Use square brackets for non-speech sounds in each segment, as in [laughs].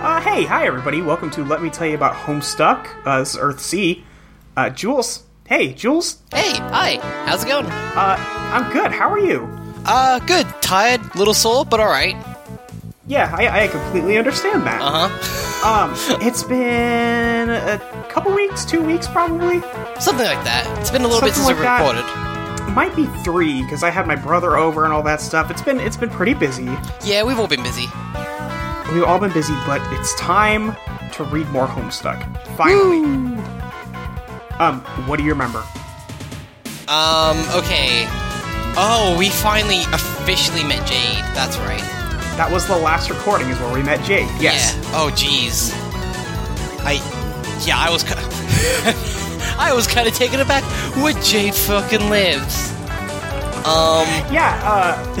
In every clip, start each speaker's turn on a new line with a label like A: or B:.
A: Uh, hey, hi everybody. Welcome to Let Me Tell You About Homestuck. Uh, this is Earth C. Uh, Jules. Hey, Jules.
B: Hey, hi. How's it going?
A: Uh, I'm good. How are you?
B: Uh, good. Tired, little sore, but all right.
A: Yeah, I, I completely understand that.
B: Uh huh.
A: Um, it's been a couple weeks, two weeks probably.
B: Something like that. It's been a little bit
A: Something
B: since
A: like
B: I
A: that.
B: recorded.
A: Might be three because I had my brother over and all that stuff. It's been it's been pretty busy.
B: Yeah, we've all been busy.
A: We've all been busy, but it's time to read more Homestuck. Finally. Um, what do you remember?
B: Um, okay. Oh, we finally officially met Jade. That's right.
A: That was the last recording, is where we met Jade. Yes.
B: Yeah. Oh, jeez. I. Yeah, I was. Kind [laughs] I was kind of taken aback. Where Jade fucking lives. Um.
A: Yeah, uh, [laughs]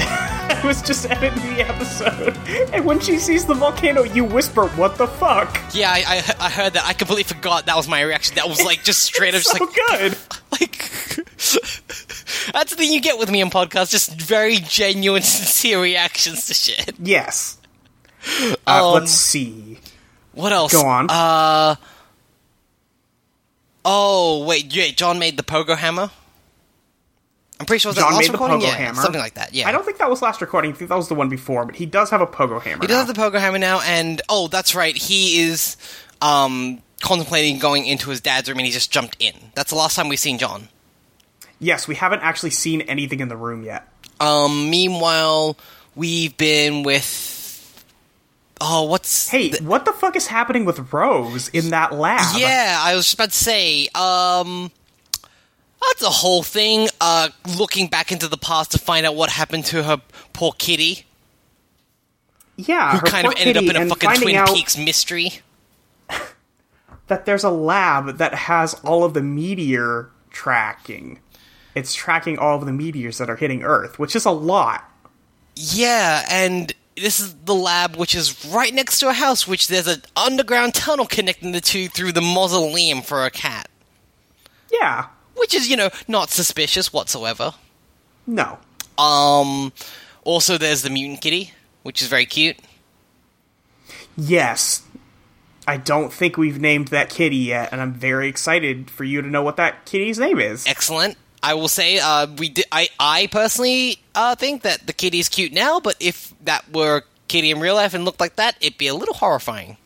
A: I was just editing the episode, [laughs] and when she sees the volcano, you whisper, What the fuck?
B: Yeah, I, I, I heard that. I completely forgot that was my reaction. That was like just straight up,
A: [laughs] It's so
B: just like
A: good!
B: [laughs] like that's the thing you get with me in podcasts just very genuine [laughs] sincere reactions to shit
A: Yes. Uh,
B: Um,
A: let's see.
B: what else
A: Go on.
B: uh oh wait yeah john made the pogo hammer i'm pretty sure it was
A: John
B: that last
A: made the
B: recording?
A: pogo
B: yeah,
A: hammer.
B: something like that yeah
A: I don't think that was last recording, I think that was the one before, but he does have a pogo hammer.
B: he does have the pogo hammer now and oh that's right he is um contemplating going into his dad's room and he just jumped in that's the last time we've seen john
A: yes, we haven't actually seen anything in the room yet.
B: um meanwhile we've been with oh what's
A: Hey, what the fuck is happening with Rose in that lab?
B: Yeah, I was just about to say, um, that's a whole thing, uh, looking back into the past to find out what happened to her poor kitty,
A: Yeah,
B: who
A: her
B: kind of
A: poor
B: ended up
A: kitty,
B: in a
A: and
B: fucking
A: finding
B: Twin
A: out
B: Peaks mystery.
A: that there's a lab that has all of the meteor tracking. It's tracking all of the meteors that are hitting Earth, which is a lot.
B: Yeah, and this is the lab, which is right next to a house, which there's an underground tunnel connecting the two through the mausoleum for a cat.
A: Yeah.
B: Which is, you know, not suspicious whatsoever.
A: No.
B: Um, also there's the mutant kitty, which is very cute.
A: Yes. I don't think we've named that kitty yet, and I'm very excited for you to know what that kitty's name is.
B: excellent. I will say, uh, we di- I I personally uh, think that the kitty is cute now, but if that were a kitty in real life and looked like that, it'd be a little horrifying.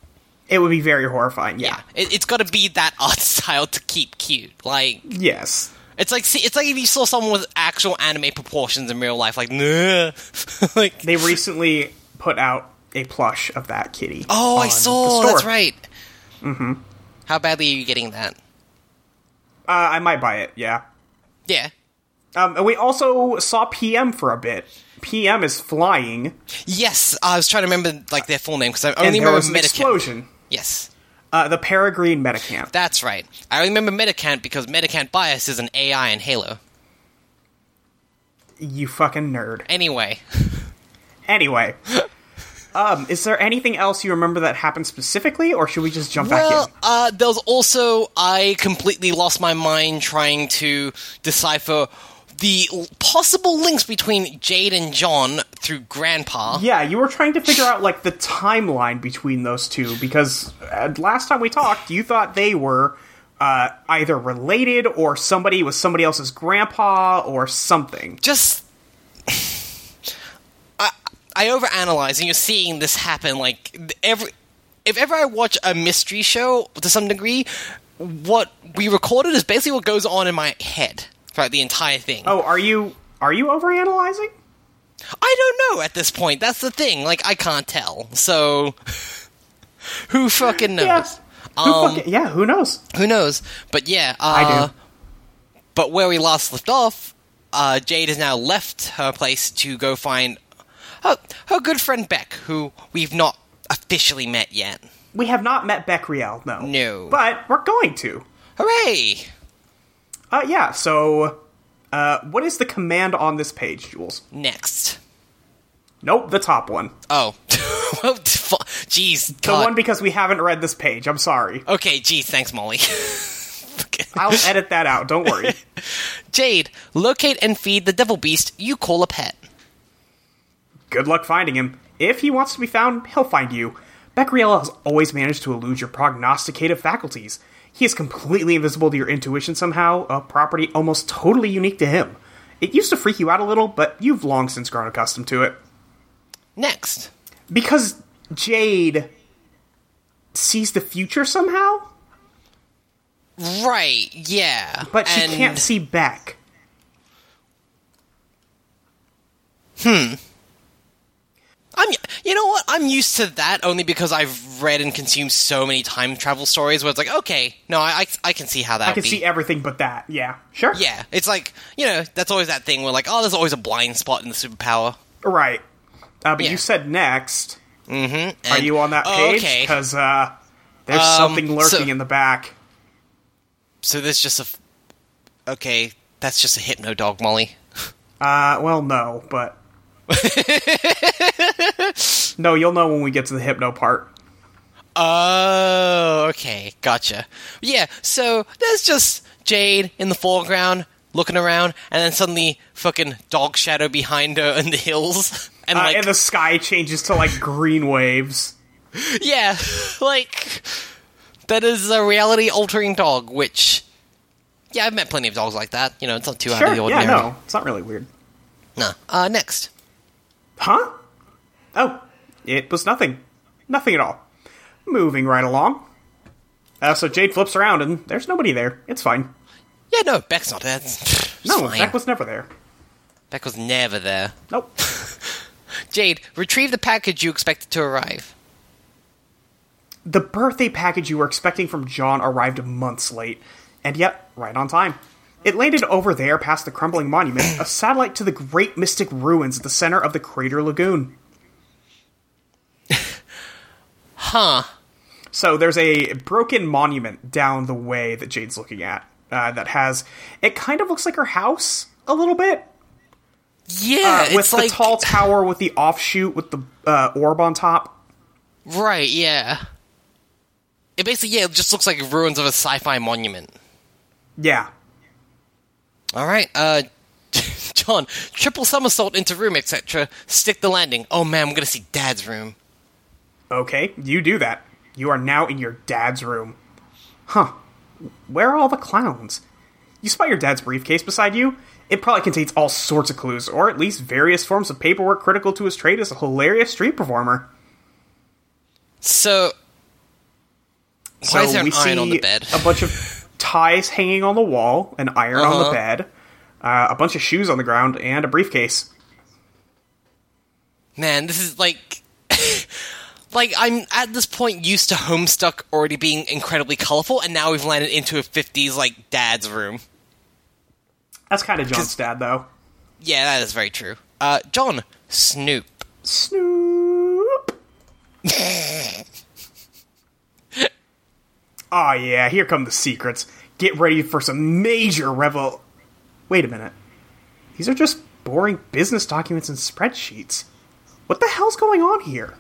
A: It would be very horrifying. Yeah.
B: It, it's got to be that [laughs] art style to keep cute. Like
A: Yes.
B: it's like see, it's like if you saw someone with actual anime proportions in real life, like [laughs] nah. like
A: They recently put out a plush of that kitty.
B: oh, I
A: on
B: saw
A: the
B: that's
A: store.
B: right. Mm-hmm. How badly are you getting that?
A: Uh, I might buy it. Yeah.
B: Yeah,
A: Um, and we also saw PM for a bit. PM is flying,
B: yes. I was trying to remember like their full name because I only
A: and there
B: remember
A: was an
B: Medicamp.
A: explosion.
B: Yes.
A: Uh, the Peregrine Metacamp.
B: That's right. I remember Medicant because Medicant Bias is an AI in Halo.
A: You fucking nerd.
B: Anyway,
A: Anyway, um, is there anything else you remember that happened specifically, or should we just jump
B: well,
A: back in?
B: uh, there was also I completely lost my mind trying to decipher the l- possible links between Jade and John through Grandpa.
A: Yeah, you were trying to figure out like the timeline between those two because uh, last time we talked, you thought they were uh, either related or somebody was somebody else's grandpa or something.
B: Just. I, I overanalyze, and you're seeing this happen. Like th- every, if ever I watch a mystery show to some degree, what we recorded is basically what goes on in my head throughout the entire thing.
A: Oh, are you are you overanalyzing?
B: I don't know at this point. That's the thing. Like, I can't tell. So, [laughs] who fucking knows?
A: Yes. Who fucking, yeah, who knows?
B: Who knows? But yeah, Um, uh,
A: I do.
B: But where we last left off, uh, Jade has now left her place to go find her, her good friend Beck, who we've not officially met yet.
A: We have not met Beck Riel, no.
B: No.
A: But we're going to.
B: Hooray!
A: Uh, yeah, so uh, what is the command on this page, Jules?
B: Next.
A: Nope, the top one.
B: Oh, [laughs] Well, fu- jeez,
A: The
B: God.
A: one because we haven't read this page. I'm sorry.
B: Okay, jeez, thanks, Molly. [laughs]
A: I'll edit that out. Don't worry.
B: Jade, locate and feed the devil beast you call a pet.
A: Good luck finding him. If he wants to be found, he'll find you. Becquerel has always managed to elude your prognosticative faculties. He is completely invisible to your intuition somehow, a property almost totally unique to him. It used to freak you out a little, but you've long since grown accustomed to it.
B: Next.
A: Because Jade sees the future somehow,
B: Right, yeah.
A: but she
B: And-
A: can't see Beck.
B: I'm, you know what? I'm used to that only because I've read and consumed so many time travel stories where it's like, okay, no, I, I, I can see how that.
A: I can see e- everything but that. Yeah, sure.
B: Yeah, it's like you know, that's always that thing where like, oh, there's always a blind spot in the superpower.
A: Right. Uh, but
B: Yeah.
A: you said next.
B: And,
A: Are you on that
B: oh,
A: page?
B: okay. Um,
A: Because uh, there's something lurking
B: so-
A: in the back.
B: So there's just a. f- Okay, that's just a hypno dog, Molly.
A: Uh, well, no,
B: [laughs]
A: but no, you'll know when we get to the hypno part.
B: Oh, okay, gotcha. Yeah, so there's just Jade in the foreground looking around, and then suddenly fucking dog shadow behind her in the hills, [laughs] and
A: Uh,
B: like
A: and the sky changes to like green waves.
B: Yeah, [laughs] like that is a reality altering dog, which yeah, I've met plenty of dogs like that. You know, it's not too out
A: Sure,
B: of the ordinary.
A: yeah, no, it's not really weird,
B: Nah. Uh, next.
A: huh? Oh, it was nothing, nothing at all. Moving right along. Uh, so Jade flips around, and there's nobody there. It's fine.
B: Yeah, no, Beck's not there. It's
A: [laughs] No,
B: fine.
A: Beck was never there.
B: Beck was never there.
A: Nope.
B: Jade, retrieve the package you expected to arrive.
A: The birthday package you were expecting from John arrived months late, and yet right on time. It landed over there past the crumbling monument,
B: [clears throat]
A: a satellite to the great mystic ruins at the center of the crater lagoon.
B: [laughs] Huh.
A: So there's a broken monument down the way that Jade's looking at uh, that has. It kind of looks like her house a little bit. uh,
B: Yeah,
A: with
B: it's
A: the
B: like
A: tall tower with the offshoot with the uh, orb on top.
B: right. Yeah. It basically yeah, it just looks like ruins of a sci-fi monument.
A: Yeah.
B: All right, uh, [laughs] John, triple somersault into room, etc. Stick the landing. Oh man, I'm gonna see Dad's room.
A: Okay, you do that. You are now in your dad's room. Huh. Where are all the clowns? You spot your dad's briefcase beside you. It probably contains all sorts of clues, or at least various forms of paperwork critical to his trade as a hilarious street performer.
B: So,
A: So
B: why is there
A: we
B: an iron on
A: see
B: the bed?
A: a bunch
B: [laughs]
A: of ties hanging on the wall, an iron on the
B: Uh-huh.
A: bed, uh, a bunch of shoes on the ground, and a briefcase.
B: Man, this is like, [laughs] like I'm at this point used to Homestuck already being incredibly colorful, and now we've landed into a '50s like Dad's room.
A: That's kind of John's dad, though.
B: Yeah, that is very true. Uh, John, Snoop. [laughs]
A: Snoop. oh yeah, here come the secrets. Get ready for some major revel. Wait a minute. These are just boring business documents and spreadsheets. What the hell's going on here?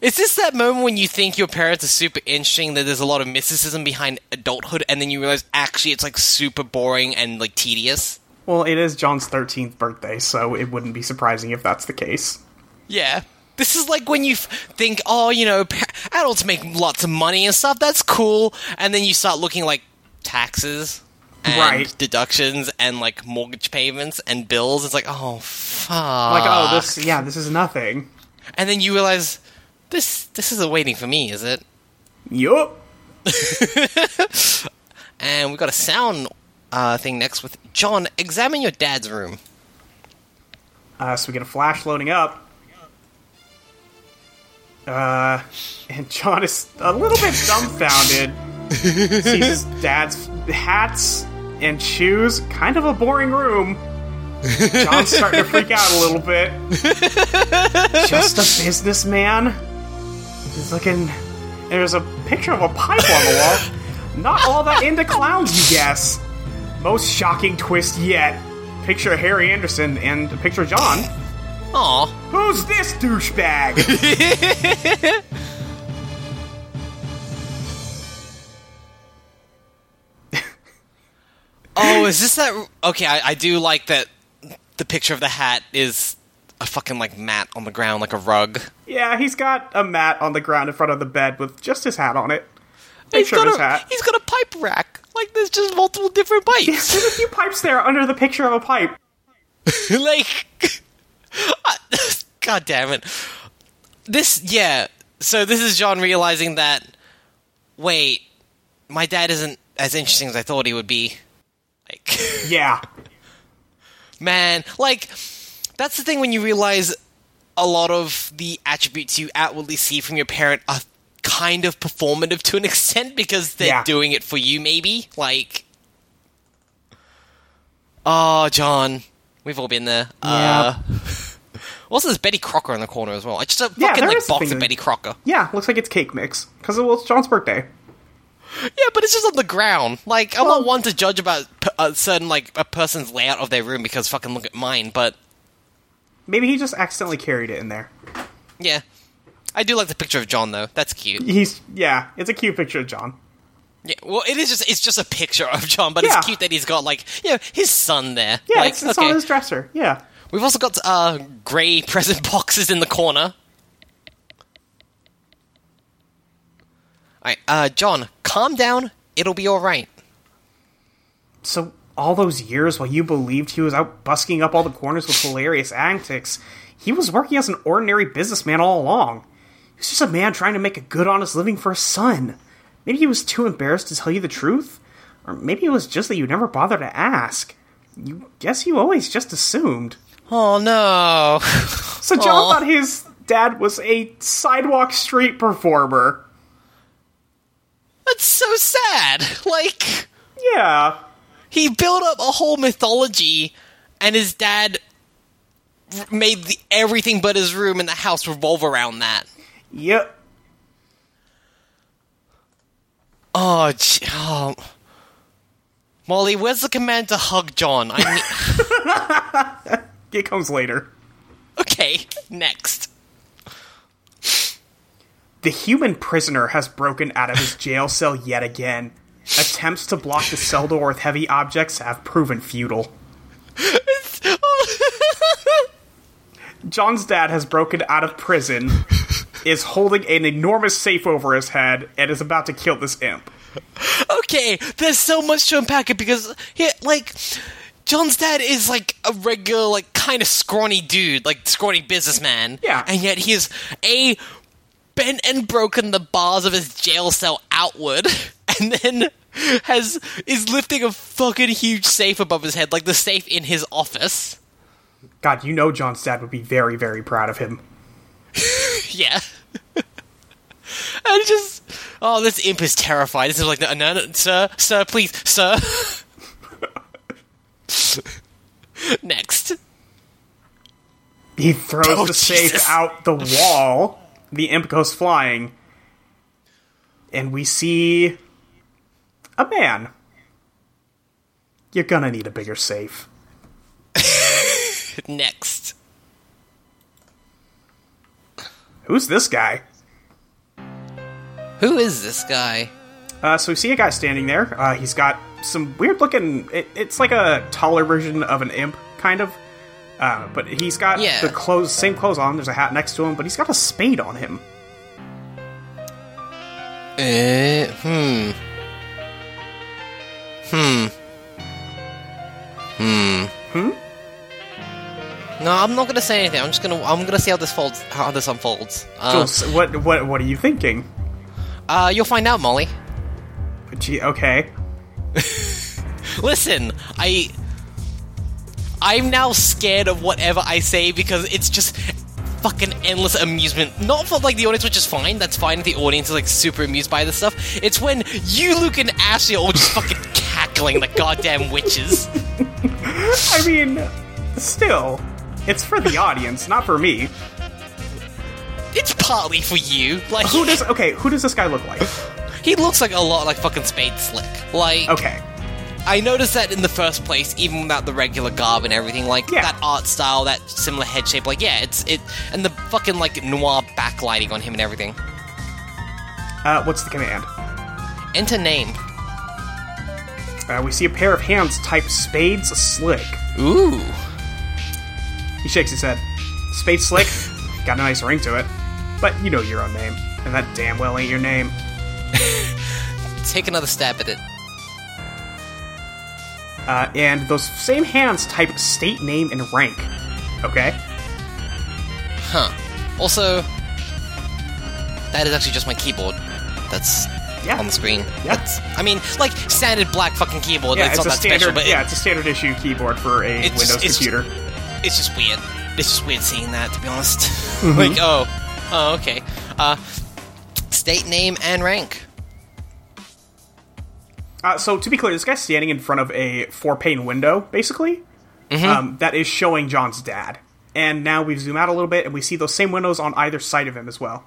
B: Is this that moment when you think your parents are super interesting, that there's a lot of mysticism behind adulthood, and then you realize actually it's like super boring and like tedious?
A: Well, it is John's 13th birthday, so it wouldn't be surprising if that's the case.
B: Yeah. This is like when you f- think, oh, you know, pa- adults make lots of money and stuff, that's cool, and then you start looking like taxes and
A: Right.
B: deductions and like mortgage payments and bills. It's like, oh, fuck.
A: Like, oh, this, yeah, this is nothing.
B: And then you realize, this, this isn't waiting for me, is it?
A: Yup.
B: And we got a sound uh, thing next with John. Examine your
A: [laughs]
B: dad's room.
A: Uh, so we get a flash loading up. Uh, and John is a little bit dumbfounded. Sees his dad's hats and shoes. Kind of a boring room. John's starting to freak out a little bit.
B: [laughs]
A: Just a businessman. He's looking. There's a picture of a pipe on the wall. Not all that into clowns, you guess. Most shocking twist yet. Picture of Harry Anderson and a picture of John.
B: Aw.
A: Who's this
B: [laughs]
A: douchebag?
B: Oh, is this that? Okay, I, I do like that. The picture of the hat is a fucking like mat on the ground, like a rug.
A: Yeah, he's got a mat on the ground in front of the bed with just his hat on it. They
B: He's
A: trim
B: got
A: his
B: a
A: hat.
B: he's got a pipe rack. Like there's just multiple different pipes.
A: [laughs]
B: [laughs]
A: There's a few pipes there under the picture of a pipe.
B: like, [laughs] I- god damn it! This yeah. So this is John realizing that. Wait, my dad isn't as interesting as I thought he would be. Like. [laughs]
A: Yeah.
B: man like that's the thing when you realize a lot of the attributes you outwardly see from your parent are kind of performative to an [laughs] extent because they're
A: Yeah.
B: doing it for you maybe like oh john we've all been there uh also there's betty crocker in the corner as well i just a
A: Yeah,
B: fucking
A: there
B: like
A: is a
B: box
A: thing
B: of
A: that-
B: betty crocker
A: Yeah, looks like it's cake mix. Because it was John's birthday.
B: Yeah, but it's just on the ground. Like, I'm not one to judge about p- a certain, like, a person's layout of their room because fucking look at mine, but
A: Maybe he just accidentally carried it in there.
B: yeah. I do like the picture of John, though. That's cute.
A: He's yeah, it's a cute picture of John.
B: Yeah, well, it is just, it's just a picture of John, but
A: Yeah.
B: it's cute that he's got, like, you know, his son there.
A: Yeah,
B: like,
A: it's, it's
B: okay.
A: on his dresser. Yeah.
B: We've also got, uh, grey present [laughs] boxes in the corner. Alright, uh, John, calm down. It'll be alright.
A: So all those years while you believed he was out busking up all the corners with hilarious antics, he was working as an ordinary businessman all along. He was just a man trying to make a good honest living for his son. Maybe he was too embarrassed to tell you the truth, or maybe it was just that you never bothered to ask. You guess you always just assumed.
B: Oh, no.
A: So John
B: Aw.
A: thought his dad was a sidewalk street performer.
B: [laughs] That's so sad. Like,.
A: Yeah.
B: he built up a whole mythology, and his dad r- made the, everything but his room in the house revolve around that.
A: Yep.
B: Oh, gee, oh. Molly, where's the command to hug John? I mean,
A: It comes later.
B: [laughs] okay, next.
A: The human prisoner has broken out of his jail cell yet again. Attempts to block the cell door with heavy objects have proven futile. John's dad has broken out of prison, is holding an enormous safe over his head, and is about to kill this imp.
B: [laughs] okay, there's so much to unpack it because here, like, John's dad is like a regular, like, kind of scrawny dude, like scrawny businessman.
A: Yeah.
B: and yet he is a bent and broken the bars of his jail cell outward, [laughs] and then has is lifting a fucking huge safe above his head, like the safe in his office.
A: God, you know John's dad would be very, very proud of him.
B: Yeah. [laughs] And just, oh, this imp is terrified. This is like, no, no, no, sir, sir, please, sir. [laughs] Next.
A: He throws
B: Oh,
A: the safe
B: Jesus.
A: out the wall. The imp goes flying. And we see a man. You're gonna need a bigger safe.
B: Next.
A: Who's this guy?
B: Who is this guy?
A: Uh, so we see a guy standing there. Uh, he's got some weird looking. It, it's like a taller version of an imp, kind of. Uh, but he's got
B: Yeah.
A: the clothes, same clothes on. There's a hat next to him, but he's got a spade on him.
B: Uh, hmm. Hmm. Hmm. Hmm. No, I'm not gonna say anything. I'm just gonna. I'm gonna see how this folds. How this unfolds. Uh,
A: Jules, what what what are you thinking?
B: uh, you'll find out, Molly.
A: Gee, okay.
B: Listen, I I'm now scared of whatever I say because it's just fucking endless amusement. Not for like the audience, which is fine. That's fine if the audience is like super amused by this stuff. It's when you, Luke, and Ashley are all just fucking cackling like goddamn witches.
A: I mean, still, it's for the audience, not for me.
B: It's partly for you. Like
A: Who does okay? Who does this guy look like?
B: he looks like a lot like fucking Spade Slick. Like
A: Okay,
B: I noticed that in the first place, even without the regular garb and everything, like
A: Yeah.
B: that art style, that similar head shape, like yeah, it's it, and the fucking like noir backlighting on him and everything.
A: uh, what's the command?
B: Enter name.
A: Uh, we see a pair of hands type spades slick.
B: Ooh.
A: He shakes his head. Spade Slick got a nice ring to it, but you know your own name, and that damn well ain't your name.
B: Take another stab at it.
A: Uh, and those same hands type state name and rank. Okay,
B: Huh. Also, that is actually just my keyboard. That's
A: Yeah.
B: on the screen.
A: Yeah.
B: That's, I mean, like standard black fucking keyboard.
A: yeah,
B: it's,
A: it's,
B: not
A: a
B: that
A: standard.
B: special, but it-
A: yeah, it's a standard issue keyboard for a
B: It's-
A: Windows
B: it's-
A: computer.
B: it's just weird. It's just weird seeing that, to be honest. [laughs] like, oh, oh, okay. Uh, state name and rank.
A: Uh, so to be clear, this guy's standing in front of a four-pane window, basically,
B: Mm-hmm.
A: um, that is showing John's dad. And now we zoom out a little bit, and we see those same windows on either side of him as well.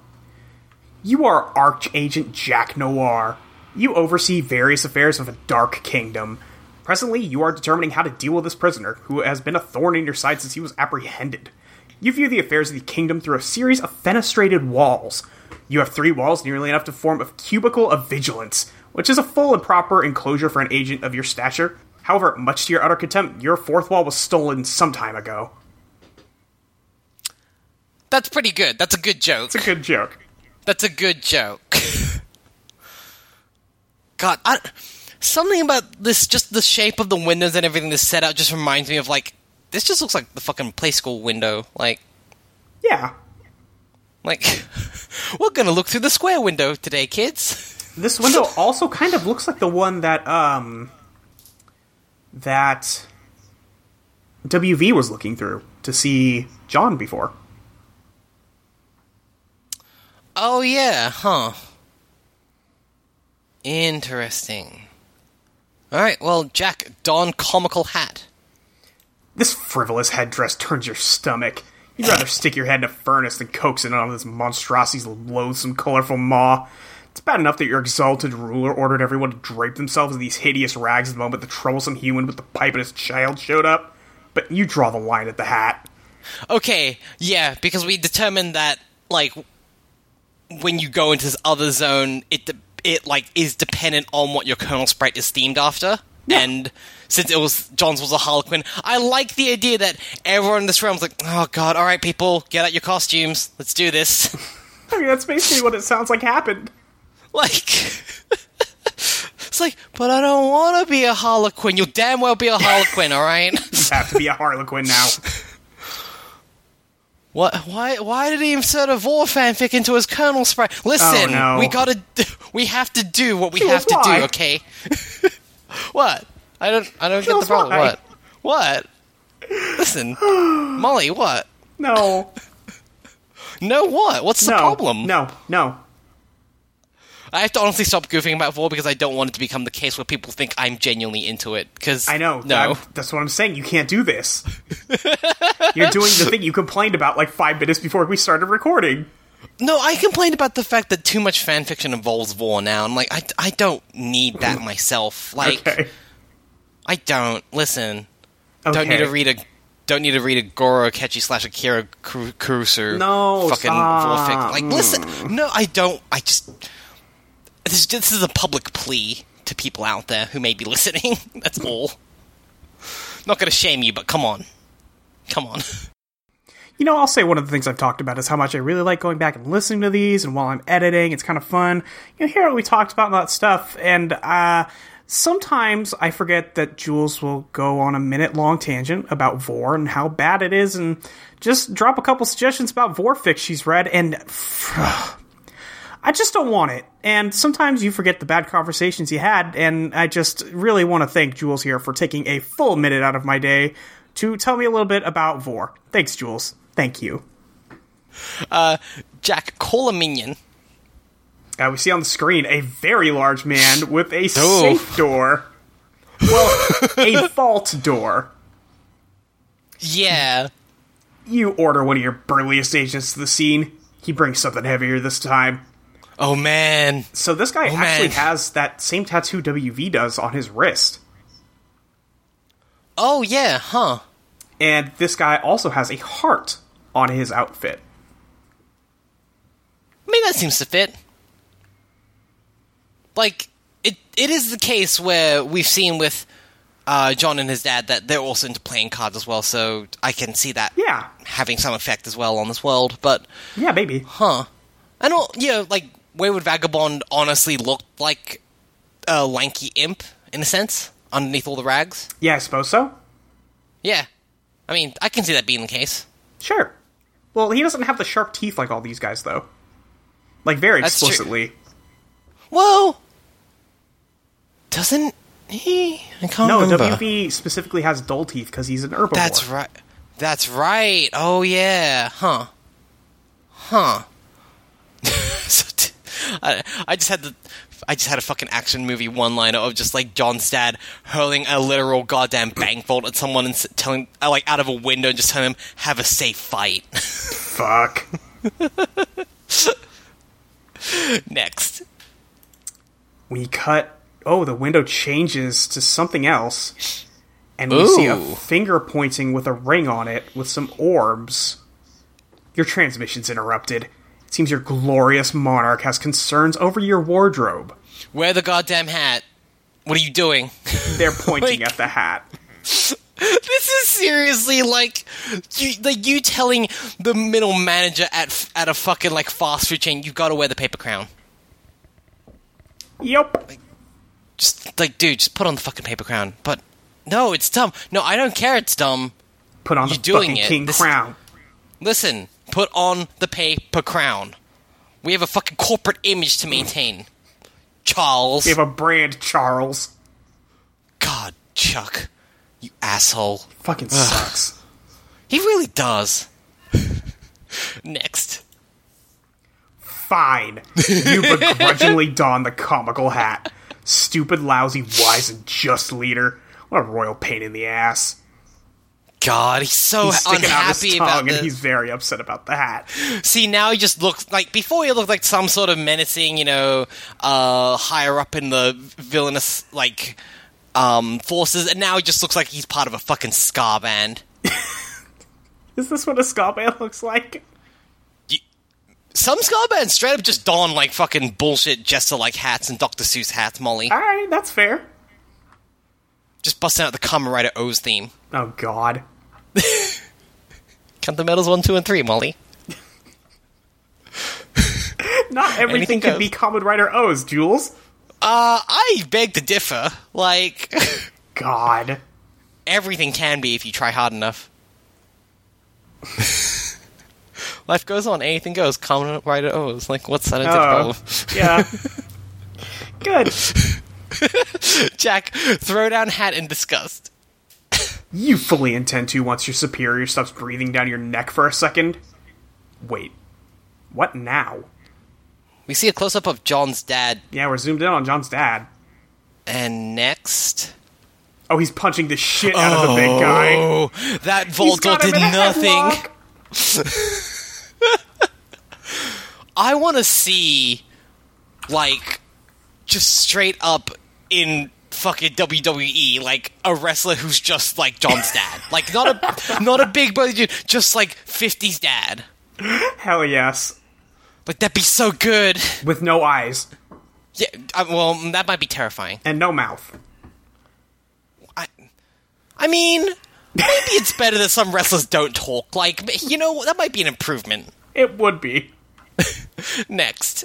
A: You are Archagent Jack Noir. You oversee various affairs of a dark kingdom. Presently, you are determining how to deal with this prisoner, who has been a thorn in your side since he was apprehended. You view the affairs of the kingdom through a series of fenestrated walls. You have three walls nearly enough to form a cubicle of vigilance, which is a full and proper enclosure for an agent of your stature. However, much to your utter contempt, your fourth wall was stolen some time ago.
B: That's pretty good. That's a good joke.
A: It's a good joke.
B: That's a good joke. God, I, something about this, just the shape of the windows and everything that's set out, just reminds me of like this. Just looks like the fucking play school window. Like,
A: Yeah.
B: like [laughs] we're gonna look through the square window today, kids.
A: This window also kind of looks like the one that um that WV was looking through to see John before.
B: Oh yeah, huh? Interesting. All right, well, Jack, don comical hat.
A: This frivolous headdress turns your stomach. You'd rather stick your head in a furnace than coax it on this monstrosity's loathsome, colorful maw. It's bad enough that your exalted ruler ordered everyone to drape themselves in these hideous rags the moment the troublesome human with the pipe and his child showed up, but you draw the line at the hat.
B: Okay, yeah, because we determined that like when you go into this other zone, it de- it like is dependent on what your kernel sprite is themed after. And since it was John's was a Harlequin, I like the idea that everyone in this realm's like, oh god, all right, people, get out your costumes, let's do this. [laughs]
A: I mean, that's basically what it sounds like happened.
B: like. [laughs] It's like, but I don't want to be a Harlequin. You'll damn well be a Harlequin, all right? [laughs]
A: have to be a Harlequin now.
B: What? Why? Why did he insert a Vor fanfic into his kernel sprite? Listen,
A: Oh, no.
B: we gotta, d- we have to do what we
A: Jules,
B: have to
A: why?
B: do. Okay. [laughs] what? I don't. I don't get
A: Jules,
B: the problem.
A: why?
B: What? What? Listen, Molly. What?
A: No,
B: No. What? What's the
A: no,
B: problem?
A: No, no.
B: I have to honestly stop goofing about Vor because I don't want it to become the case where people think I'm genuinely into it. Because
A: I know.
B: No.
A: I'm- that's what I'm saying. You can't do this. You're doing the thing you complained about like five minutes before we started recording.
B: No, I complained about the fact that too much fanfiction involves Vor now. I'm like, I, I don't
A: [laughs]
B: need that myself. Like,
A: Okay.
B: I don't. Listen.
A: okay.
B: Don't need to read a don't need to read a Goro Catchy slash Akira Kuru- Kurusu.
A: No,
B: fucking
A: stop.
B: fanfic. Like, listen, no, I don't. I just this is, this is a public plea to people out there who may be listening. [laughs] That's all. Not going to shame you, but come on, come on.
A: You know, I'll say one of the things I've talked about is how much I really like going back and listening to these, and while I'm editing, it's kind of fun. You know, hear what we talked about and that stuff, and uh, sometimes I forget that Jules will go on a minute long tangent about Vor and how bad it is, and just drop a couple suggestions about Vor fix she's read, and [sighs] I just don't want it. And sometimes you forget the bad conversations you had, and I just really want to thank Jules here for taking a full minute out of my day to tell me a little bit about Vor. Thanks, Jules. Thank you.
B: Jack, call a minion.
A: Uh, we see on the screen a very large man with a
B: Oh.
A: safe door. Well,
B: [laughs]
A: a vault door.
B: Yeah,
A: You order one of your burliest agents to the scene. He brings something heavier this time.
B: Oh man.
A: So this guy actually
B: Oh, man.
A: has that same tattoo WV does on his wrist.
B: Oh yeah. Huh.
A: And this guy also has a heart on his outfit.
B: I mean, that seems to fit. Like it, it is the case where we've seen with uh, John and his dad that they're also into playing cards as well. So I can see that
A: Yeah.
B: having some effect as well on this world. But
A: Yeah, maybe.
B: huh? I know. Yeah, like Wayward Vagabond honestly looked like a lanky imp in a sense underneath all the rags.
A: Yeah, I suppose so.
B: Yeah, I mean I can see that being the case.
A: Sure. Well, he doesn't have the sharp teeth like all these guys, though. Like very
B: That's true.
A: explicitly.
B: Well, doesn't he? I can't
A: No,
B: remember.
A: WV specifically has dull teeth because he's an herbivore.
B: Oh, That's right. That's right. Oh yeah. Huh. Huh. [laughs] so t- I, I just had the. I just had a fucking action movie one-liner of just like John Stad hurling a literal goddamn bank vault at someone and s- telling, uh, like, out of a window and just telling him, "Have a safe fight." [laughs]
A: Fuck.
B: Next,
A: we cut. Oh, the window changes to something else, and we see a
B: Ooh.
A: finger pointing with a ring on it with some orbs. Your transmission's interrupted. It seems your glorious monarch has concerns over your wardrobe.
B: wear the goddamn hat. What are you doing? [laughs]
A: They're pointing
B: Like-
A: at the hat.
B: This is seriously like you, like you telling the middle manager at f- at a fucking like fast food chain you got to wear the paper crown.
A: Yep.
B: Just like dude, just put on the fucking paper crown. But no, it's dumb. No, I don't care. It's dumb.
A: Put on the
B: You're doing
A: fucking
B: it.
A: king
B: This-
A: crown.
B: Listen, put on the paper crown. We have a fucking corporate image to maintain. Charles,
A: We have a brand, Charles.
B: God, Chuck, you asshole.
A: Fucking sucks.
B: He really does. [laughs] Next.
A: Fine.
B: [laughs]
A: You begrudgingly don the comical hat. Stupid, lousy, wise, and just leader. What a royal pain in the ass.
B: God, he's so
A: He's sticking out his
B: unhappy
A: tongue,
B: about
A: and
B: this.
A: he's very upset about the hat.
B: See, now he just looks like before he looked like some sort of menacing, you know, uh, higher up in the villainous like um, forces, and now he just looks like he's part of a fucking ska band.
A: Is this what a ska band looks like?
B: Some ska bands straight up just don like fucking bullshit jester like hats and Dr. Seuss hats, Molly.
A: All right, that's fair.
B: Just busting out the Kamen Rider O's theme.
A: Oh God,
B: Count the medals one, two, and three, Molly.
A: not everything
B: Anything
A: can
B: goes.
A: be Common Rider O's, Jules.
B: Uh, I beg to differ. Like, [laughs]
A: God,
B: everything can be if you try hard enough. [laughs] Life goes on, anything goes. Common Rider O's. Like, what's that a
A: Oh.
B: problem?
A: yeah, good.
B: [laughs] Jack, throw down hat in disgust.
A: You fully intend to once your superior stops breathing down your neck for a second. Wait, what now?
B: We see a close up of John's dad,
A: Yeah, we're zoomed in on John's dad.
B: and next.
A: Oh, he's punching the shit out of the big guy.
B: Oh, that
A: He's
B: vault door
A: got him
B: did
A: in a
B: nothing.
A: headlock.
B: I want to see, like, just straight up in fucking WWE, like a wrestler who's just like John's dad, like not a [laughs] not a big brother, dude, just like 50s dad.
A: Hell yes,
B: Like that'd be so good.
A: with no eyes
B: Yeah, I, well, mm, that might be terrifying.
A: and no mouth.
B: I, I mean, maybe it's better that some wrestlers don't talk. Like, you know, that might be an improvement.
A: It would be.
B: Next.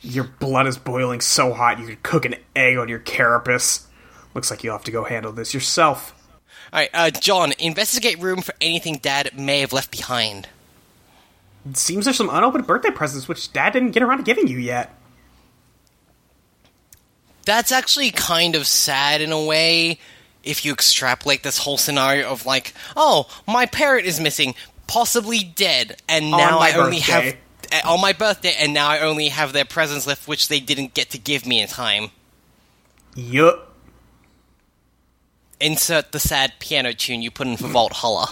A: Your blood is boiling so hot you could cook an egg on your carapace. Looks like you'll have to go handle this yourself.
B: All right, uh, John, investigate room for anything Dad may have left behind.
A: It seems there's some unopened birthday presents which Dad didn't get around to giving you yet.
B: That's actually kind of sad in a way. If you extrapolate this whole scenario of like, oh, my parrot is missing, possibly dead, and now
A: my
B: I only have
A: birthday.
B: uh, on my birthday, and now I only have their presents left, which they didn't get to give me in time.
A: Yup.
B: insert the sad piano tune you put in for Vault
A: [laughs]
B: Holler.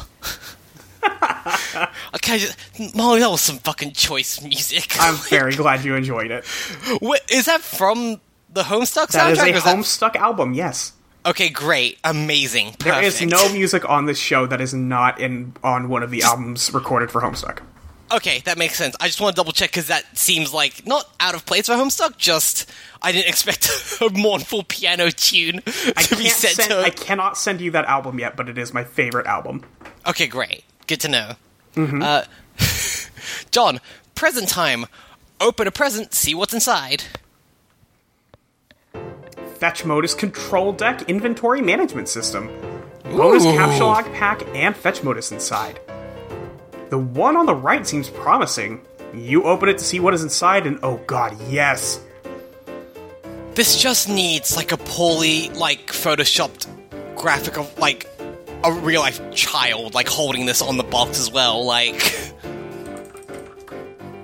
B: okay, just, Molly, that was some fucking choice music. [laughs]
A: I'm very glad you enjoyed it.
B: Wait, is that from the Homestuck soundtrack?
A: That is a
B: or is that-
A: Homestuck album, yes.
B: Okay, great, amazing. Perfect.
A: There is no music on this show that is not in on one of the albums recorded for Homestuck.
B: [laughs] Okay, that makes sense. I just want to double check because that seems like not out of place for Homestuck. Just I didn't expect [laughs] a mournful piano tune [laughs] to
A: I,
B: be
A: can't
B: set
A: send,
B: to.
A: I cannot send you that album yet, but it is my favorite album.
B: Okay, great. Good to know.
A: Mm-hmm.
B: Uh, [laughs] John, present time. Open a present, see what's inside.
A: Fetch mode is control deck inventory management system. Bonus
B: Ooh.
A: capsule lock pack and fetch mode is inside. The one on the right seems promising. You open it to see what is inside, and oh god, yes.
B: This just needs like a poorly, like photoshopped graphic of like a real life child, like holding this on the box as well. Like, [laughs]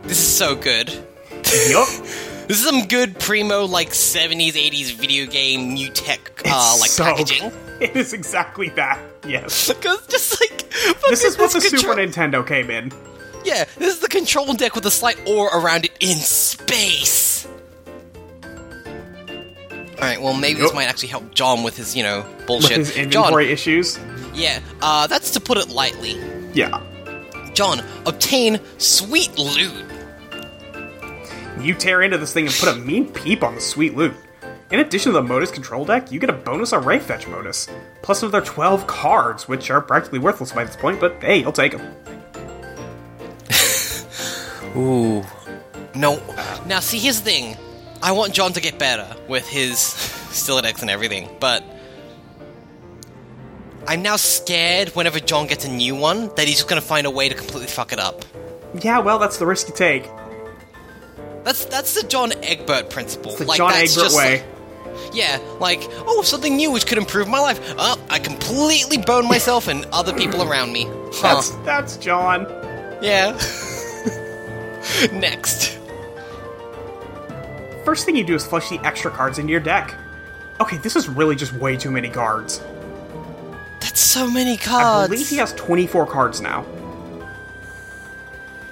B: this is so good. [laughs]
A: Yup.
B: This is some good primo, like seventies, eighties video game new tech, uh,
A: It's
B: like
A: so-
B: packaging.
A: [laughs]
B: [laughs]
A: It is exactly that. Yes.
B: Because just like
A: This is what the
B: control-
A: Super Nintendo came in.
B: Yeah, this is the control deck with a slight aura around it in space. All right, well maybe this
A: Yep.
B: might actually help John with his, you know,
A: With
B: bullshit.
A: his inventory issues.
B: John, yeah, uh, that's to put it lightly.
A: Yeah.
B: John, obtain sweet loot.
A: You tear into this thing and put a mean peep on the sweet loot. In addition to the Modus control deck, you get a bonus array fetch Modus, plus another 12 cards, which are practically worthless by this point, but hey, you'll take them.
B: Ooh. No. Now, see, here's the thing. I want John to get better with his [laughs] Stiladex and everything, but I'm now scared whenever John gets a new one that he's just gonna find a way to completely fuck it up.
A: Yeah, well, that's the risk you take.
B: That's that's the John Egbert principle.
A: The John
B: that's
A: Egbert
B: just
A: way.
B: like- yeah, like oh, something new which could improve my life. Oh, I completely bone myself and other people around me. Huh.
A: That's, that's John.
B: Yeah. [laughs] Next.
A: First thing you do is flush the extra cards into your deck. Okay, this is really just way too many cards.
B: That's so many
A: I
B: cards.
A: believe he has 24 cards now.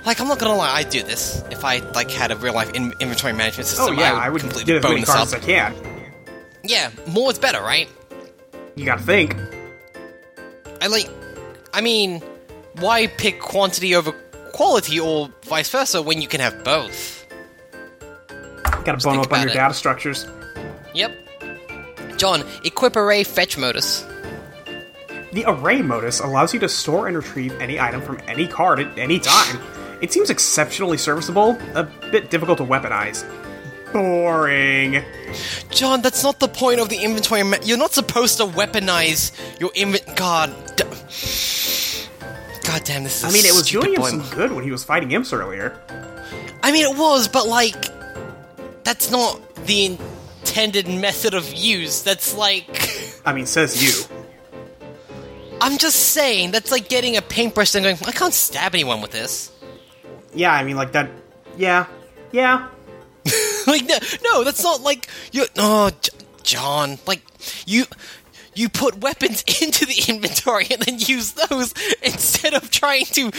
B: Like, I'm not gonna lie, I'd do this if I like had a real life in- inventory management
A: Oh,
B: system.
A: yeah, I would
B: completely
A: get as
B: bone
A: many
B: this
A: cards
B: up.
A: as I can.
B: Yeah, more is better, right?
A: You gotta think.
B: I like, I mean, why pick quantity over quality or vice versa when you can have both?
A: Gotta bone up
B: think
A: on
B: about
A: your
B: it.
A: data structures.
B: Yep. John, equip array fetch modus.
A: The array modus allows you to store and retrieve any item from any card at any time. It seems exceptionally serviceable, a bit difficult to weaponize. Boring.
B: John, that's not the point of the inventory. Ma- You're not supposed to weaponize your invent. God. D- God damn, this is. a
A: I mean, it was
B: stupid
A: doing him
B: boy-
A: some good when he was fighting imps earlier.
B: I mean, it was, but like, that's not the intended method of use. That's like, [laughs]
A: I mean, says you.
B: I'm just saying, that's like getting a paintbrush and going, I can't stab anyone with this.
A: Yeah, I mean, like that. Yeah. Yeah.
B: [laughs] like, no, no, that's not like you. No, J- John, like you. You put weapons [laughs] into the inventory and then use those instead of trying to.
A: [laughs]
B: [laughs]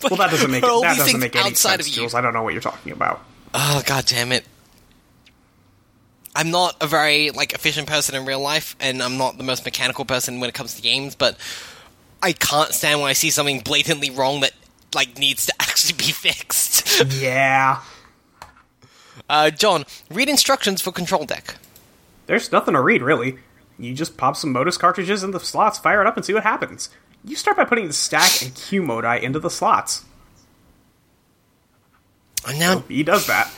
A: Well, that doesn't make
B: hurl
A: that
B: these
A: doesn't
B: things
A: make any
B: outside
A: sense,
B: of you.
A: Jules. I don't know what you're talking about.
B: Oh god damn it. I'm not a very like efficient person in real life and I'm not the most mechanical person when it comes to games, but I can't stand when I see something blatantly wrong that like needs to [laughs] actually
A: [laughs]
B: be fixed.
A: Yeah.
B: uh John, read instructions for control deck.
A: There's nothing to read, really. You just pop some Modus cartridges in the slots, fire it up, and see what happens. You start by putting the stack and Q modi into the slots.
B: I'm now
A: He does that.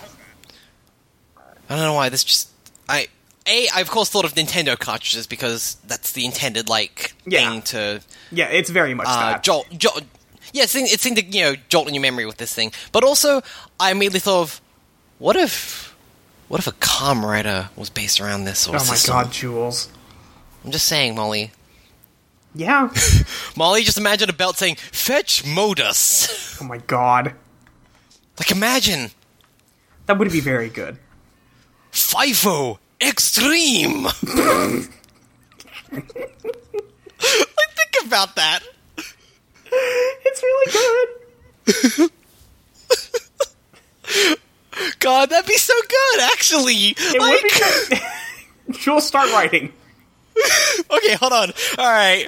B: I don't know why this just I A I of course thought of Nintendo cartridges because that's the intended like
A: Yeah.
B: thing to
A: Yeah, it's very much
B: uh,
A: that.
B: jolt, jolt. Yeah, it's thing, it's thing to you know jolt in your memory with this thing. But also, I immediately thought of what if, what if a Calm Rider was based around this sort
A: oh
B: of
A: my
B: system?
A: god, Jules.
B: I'm just saying, Molly.
A: Yeah.
B: Molly, just imagine a belt saying "Fetch Modus." [laughs]
A: oh my god.
B: like imagine
A: That would be very good.
B: FIFO Extreme. [laughs] like think about that.
A: It's really good.
B: God, that'd be so good, actually.
A: It
B: like,
A: would be good. [laughs] Jules, start writing.
B: okay, hold on. All right.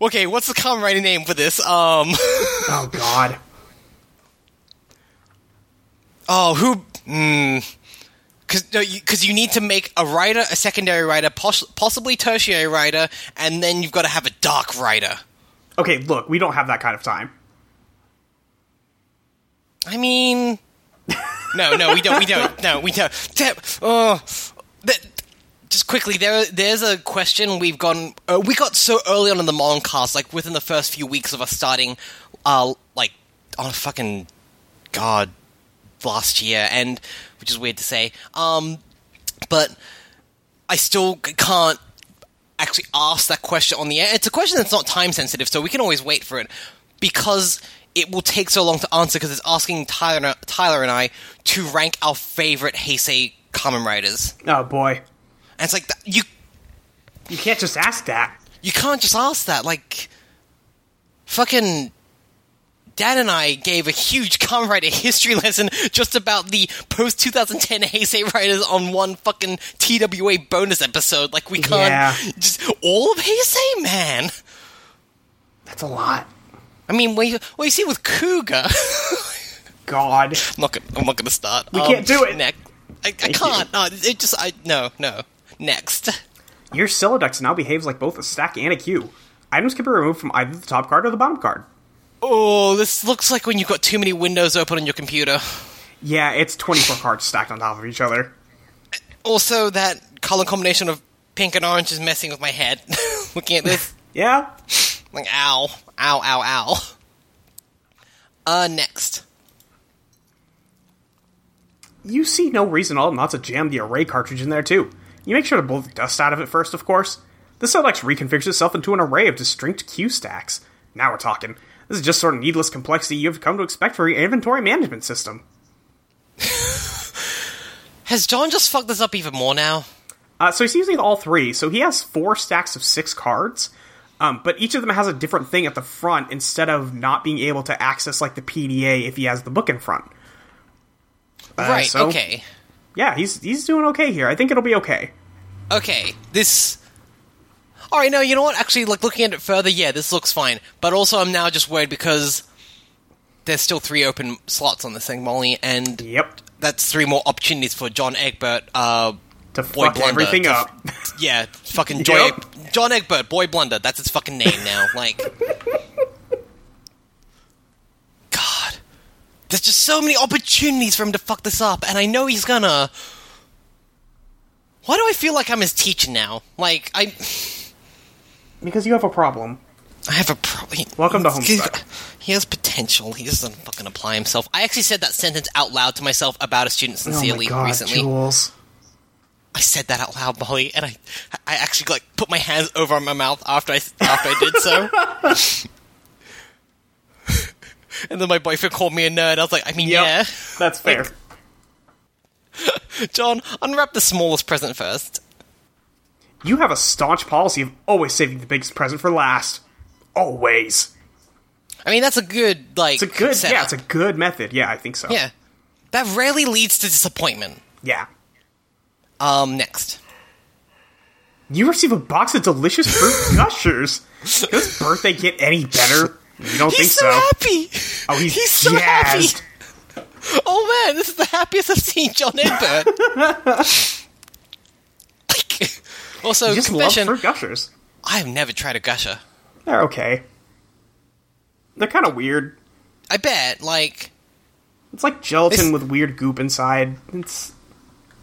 B: Okay, what's the common writing name for this? Um,
A: Oh god.
B: [laughs] Oh, who? Because no, because you, need to make a writer, a secondary writer, pos- possibly tertiary writer, and then you've got to have a dark writer.
A: Okay, look, we don't have that kind of time.
B: I mean, no, no, we don't, we don't, no, we don't. Damn, oh, that, just quickly, there, there's a question we've gotten. Uh, we got so early on in the Moncast, like within the first few weeks of us starting, uh, like on fucking god last year, and which is weird to say. Um, but I still c- can't actually ask that question on the air. It's a question that's not time sensitive, so we can always wait for it because it will take so long to answer because it's asking Tyler, Tyler and I to rank our favorite Heisei common writers.
A: Oh boy,
B: And it's like th- you
A: you can't just ask that.
B: you can't just ask that. Like fucking Dad and I gave a huge [laughs] common writer history lesson just about the post 2010 Heisei writers on one fucking TWA bonus episode. Like we can't
A: Yeah.
B: just all of Heisei, man.
A: That's a lot.
B: I mean, what you, what you see with Cougar. [laughs]
A: God,
B: I'm not gonna, I'm not gonna start. We
A: can't do it.
B: Next, I, I can't. No, it just I no no. Next,
A: your Silodex now behaves like both a stack and a queue. Items can be removed from either the top card or the bottom card.
B: oh, this looks like when you've got too many windows open on your computer.
A: Yeah, it's 24 cards stacked on top of each other.
B: Also, that color combination of pink and orange is messing with my head. [laughs] Looking
A: [laughs]
B: at this,
A: Yeah,
B: like ow, ow, ow, ow. Uh, next.
A: you see no reason at all not to jam the array cartridge in there too. You make sure to blow the dust out of it first, of course. The Silex reconfigures itself into an array of distinct queue stacks. Now we're talking. This is just sort of needless complexity you've come to expect for your inventory management system.
B: Has John just fucked this up even more now?
A: Uh, so he's using all three. So he has four stacks of six cards, um, but each of them has a different thing at the front instead of not being able to access like the PDA if he has the book in front. Uh,
B: right.
A: so-
B: Okay.
A: Yeah, he's he's doing okay here. I think it'll be okay.
B: okay, this. All right, no, you know what? Actually, like looking at it further, yeah, this looks fine. But also, I'm now just worried because there's still three open slots on this thing, Molly, and
A: Yep.
B: that's three more opportunities for John Egbert. Uh,
A: To
B: Boy
A: fuck
B: Blunder
A: everything
B: to-
A: up.
B: [laughs] yeah, fucking Joy,
A: Yep.
B: John Egbert, Boy Blunder. That's his fucking name now. Like, God, there's just so many opportunities for him to fuck this up, and I know he's gonna. Why do I feel like I'm his teacher now? Like, I.
A: because you have a problem.
B: I have a problem.
A: Welcome to Homestuck.
B: He has potential. He just doesn't fucking apply himself. I actually said that sentence out loud to myself about a
A: Oh
B: student sincerely recently.
A: Jules.
B: I said that out loud, Molly, and I, I actually like put my hands over my mouth after I after I did so.
A: [laughs]
B: and then my boyfriend called me a nerd. I was like, I mean,
A: Yep, that's fair.
B: yeah, John, unwrap the smallest present first.
A: you have a staunch policy of always saving the biggest present for last. Always.
B: I mean, that's a good
A: It's
B: like.
A: a good, yeah,
B: setup.
A: it's a good method. Yeah, I think so.
B: yeah. That rarely leads to disappointment.
A: Yeah.
B: Um, next.
A: You receive a box of delicious
B: [laughs]
A: fruit gushers. Could This birthday get any better? You don't think
B: He's so,
A: so?
B: happy.
A: Oh, he's,
B: so
A: jazzed.
B: happy. Oh man, this is the happiest I've seen John Egbert.
A: [laughs]
B: like, also,
A: You just love
B: confession:
A: fruit gushers.
B: I have never tried a gusher.
A: They're okay. They're kind of weird.
B: I bet, like,
A: It's like gelatin
B: It's-
A: with weird goop inside. It's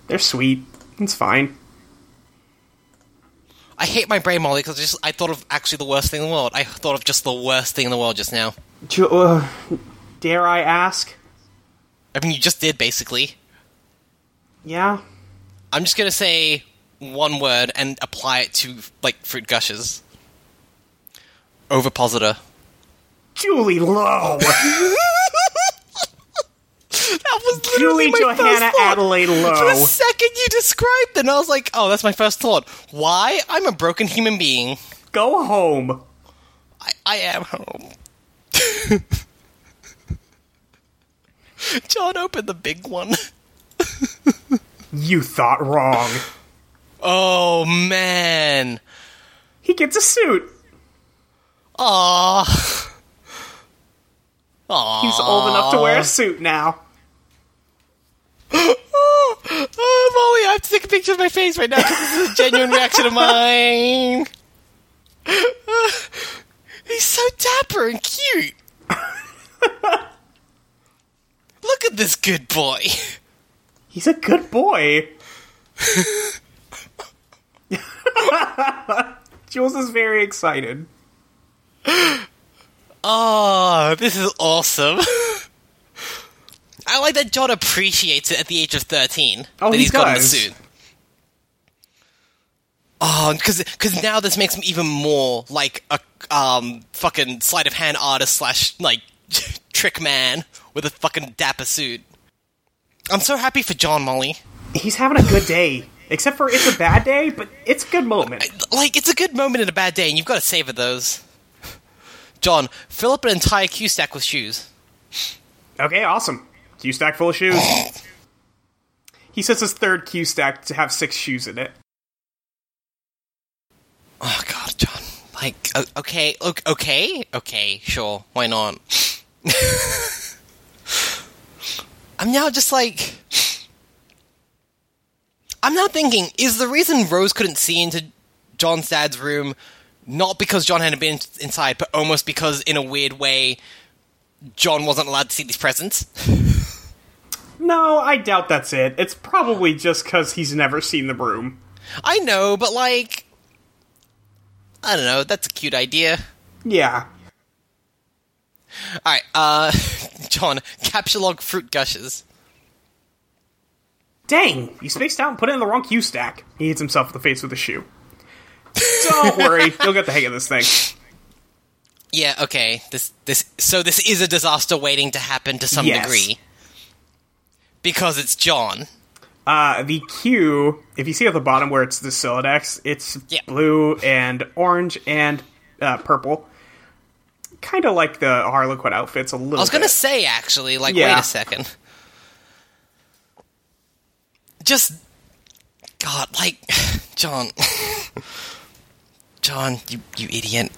A: they're sweet. It's fine.
B: I hate my brain, Molly, because just I thought of actually the worst thing in the world. I thought of just the worst thing in the world just now.
A: Ju- uh, dare I ask?
B: I mean, you just did basically.
A: Yeah.
B: I'm just gonna say one word and apply it to like fruit gushers. Overpositor.
A: Julie Lowe.
B: That was literally
A: [laughs] Julie
B: my
A: Johanna
B: first thought.
A: Adelaide
B: For the
A: Lowe.
B: second you described it, and I was like, oh, that's my first thought. Why? I'm a broken human being.
A: Go home.
B: I, I am home. [laughs] John opened the big one.
A: You thought wrong.
B: Oh, man.
A: He gets a suit.
B: Aw. Aw.
A: He's old enough to wear a suit now.
B: [laughs] Oh, take a picture of my face right now because this is a genuine reaction of mine. [laughs] He's so dapper and cute. [laughs] Look at this good boy. [laughs]
A: He's a good boy. [laughs] Jules is very excited.
B: Oh, this is awesome. [laughs] I like that John appreciates it at the age of 13.
A: Oh,
B: that
A: he
B: has gotten the
A: does.
B: suit. Oh, because now this makes him even more like a um, fucking sleight of hand artist slash like [laughs] trick man with a fucking dapper suit. I'm so happy for John Molly.
A: He's having a good day. Except for it's a bad day, but it's a good moment.
B: Like, it's a good moment in a bad day, and you've got to savor those. John, fill up an entire Q stack with shoes.
A: Okay, awesome. Q stack full of shoes. he sets his third Q stack to have six shoes in it.
B: Oh God, John. Like, o- okay, o- okay, okay, sure, why not? [laughs] I'm now just like, I'm now thinking: is the reason Rose couldn't see into John's dad's room not because John hadn't been inside, but almost because, in a weird way, John wasn't allowed to see these presents?
A: No, I doubt that's it. It's probably just because he's never seen the broom.
B: I know, but like, I don't know. That's a cute idea.
A: Yeah.
B: All right, uh, [laughs] John, capture log fruit gushes.
A: Dang, he spaced out and put it in the wrong Q stack. He hits himself in the face with a shoe.
B: [laughs]
A: Don't worry, you'll get the hang of this thing.
B: Yeah, okay. This this so this is a disaster waiting to happen to some
A: Yes.
B: degree. Because it's John.
A: Uh, the Q, if you see at the bottom where it's the Silodex, it's
B: Yeah.
A: blue and orange and uh, purple. Kind of like the Harlequin outfits a little
B: I was gonna
A: bit.
B: say actually, like
A: Yeah.
B: wait a second. Just God, like [laughs] John John, you you idiot.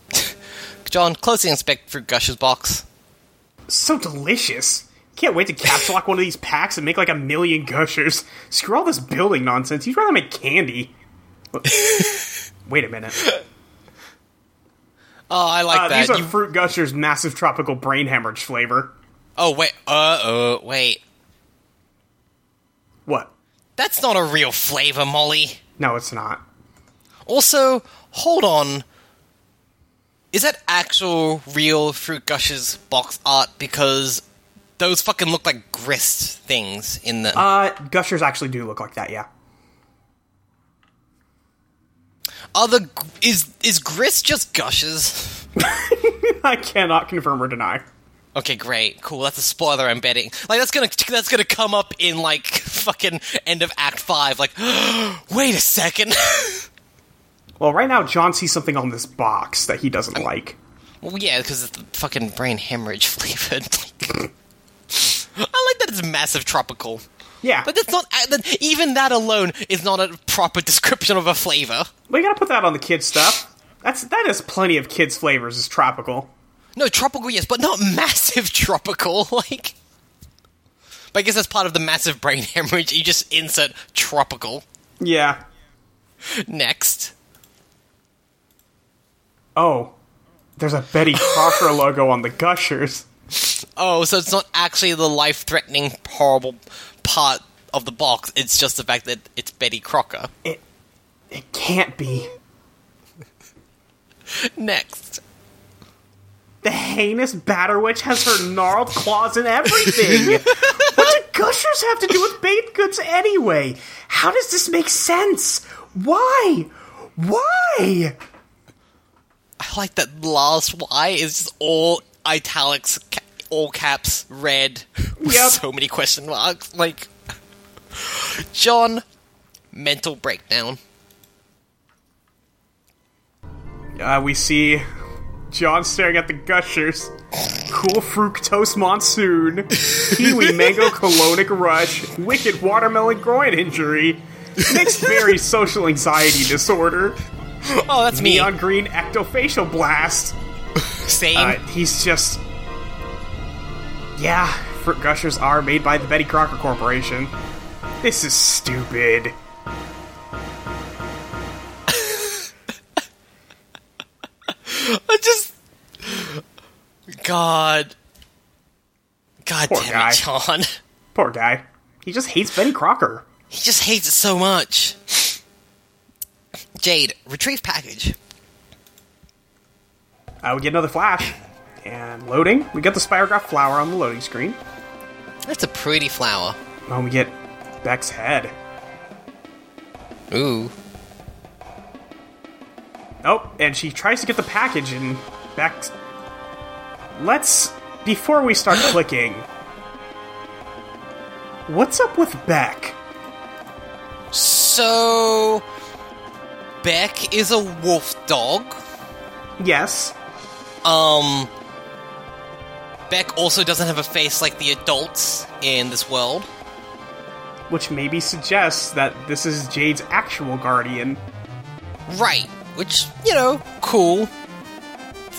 B: [laughs] John, close the inspect fruit gushes box.
A: so delicious. Can't wait to capture lock one of these packs and make like a million gushers. Screw all this building nonsense. You'd rather make candy. [laughs] wait a minute.
B: Oh, I like
A: Uh,
B: that.
A: these are
B: You-
A: fruit gushers, massive tropical brain hemorrhage flavor.
B: oh wait, uh oh wait.
A: What?
B: That's not a real flavor, Molly.
A: No, it's not.
B: Also, hold on. Is that actual real Fruit Gushers box art? Because those fucking look like grist things in the.
A: Uh, gushers actually do look like that. Yeah. [laughs]
B: Are the is is grist just gushes?
A: I cannot confirm or deny.
B: Okay, great, cool. That's a spoiler. I'm betting. Like that's gonna that's gonna come up in like [laughs] fucking end of Act Five. Like, [gasps] wait a second. [laughs]
A: Well, right now John sees something on this box that he doesn't like.
B: Well, yeah, because it's the fucking brain hemorrhage [laughs] flavored. I like that it's massive tropical.
A: Yeah,
B: But that's not uh, that, even that alone is not a proper description of a flavor.
A: we gotta put that on the kids stuff. That's that is plenty of kids flavors is tropical.
B: No, tropical yes, but not [laughs] massive tropical [laughs] like. But I guess that's part of the massive brain [laughs] hemorrhage. You just insert tropical
A: Yeah.
B: next.
A: Oh, there's a Betty Crocker logo on the gushers.
B: Oh, so it's not actually the life-threatening horrible part of the box. It's just the fact that it's Betty Crocker.
A: It it can't be.
B: Next.
A: The heinous batter witch has her gnarled claws and everything. what do gushers have to do with baked goods anyway? How does this make sense? Why? Why?
B: I like that last Y is just all italics, ca- all caps, red. with
A: Yep.
B: So many question marks. Like, John, mental breakdown.
A: Uh, we see John staring at the gushers. Cool fructose monsoon, kiwi mango colonic rush, wicked watermelon groin injury, mixed berry social anxiety disorder,
B: Oh, that's me.
A: neon green ectofacial blast.
B: Same.
A: Uh, he's just. Yeah, fruit gushers are made by the Betty Crocker Corporation. This is stupid.
B: I just. God. God
A: Poor
B: damn
A: guy.
B: it, John.
A: Poor guy. He just hates Betty Crocker.
B: He just hates it so much. Jade, retrieve package.
A: Uh, we get another flash. And loading. We get the Spirograph flower on the loading screen.
B: That's a pretty flower.
A: And we get Beck's head.
B: Ooh.
A: Oh, and she tries to get the package, and Beck. Let's. Before we start clicking. What's up with Beck?
B: So. Beck is a wolf dog.
A: Yes.
B: Um. Beck also doesn't have a face like the adults in this world.
A: Which maybe suggests that this is Jade's actual guardian.
B: Right. Which, you know, cool.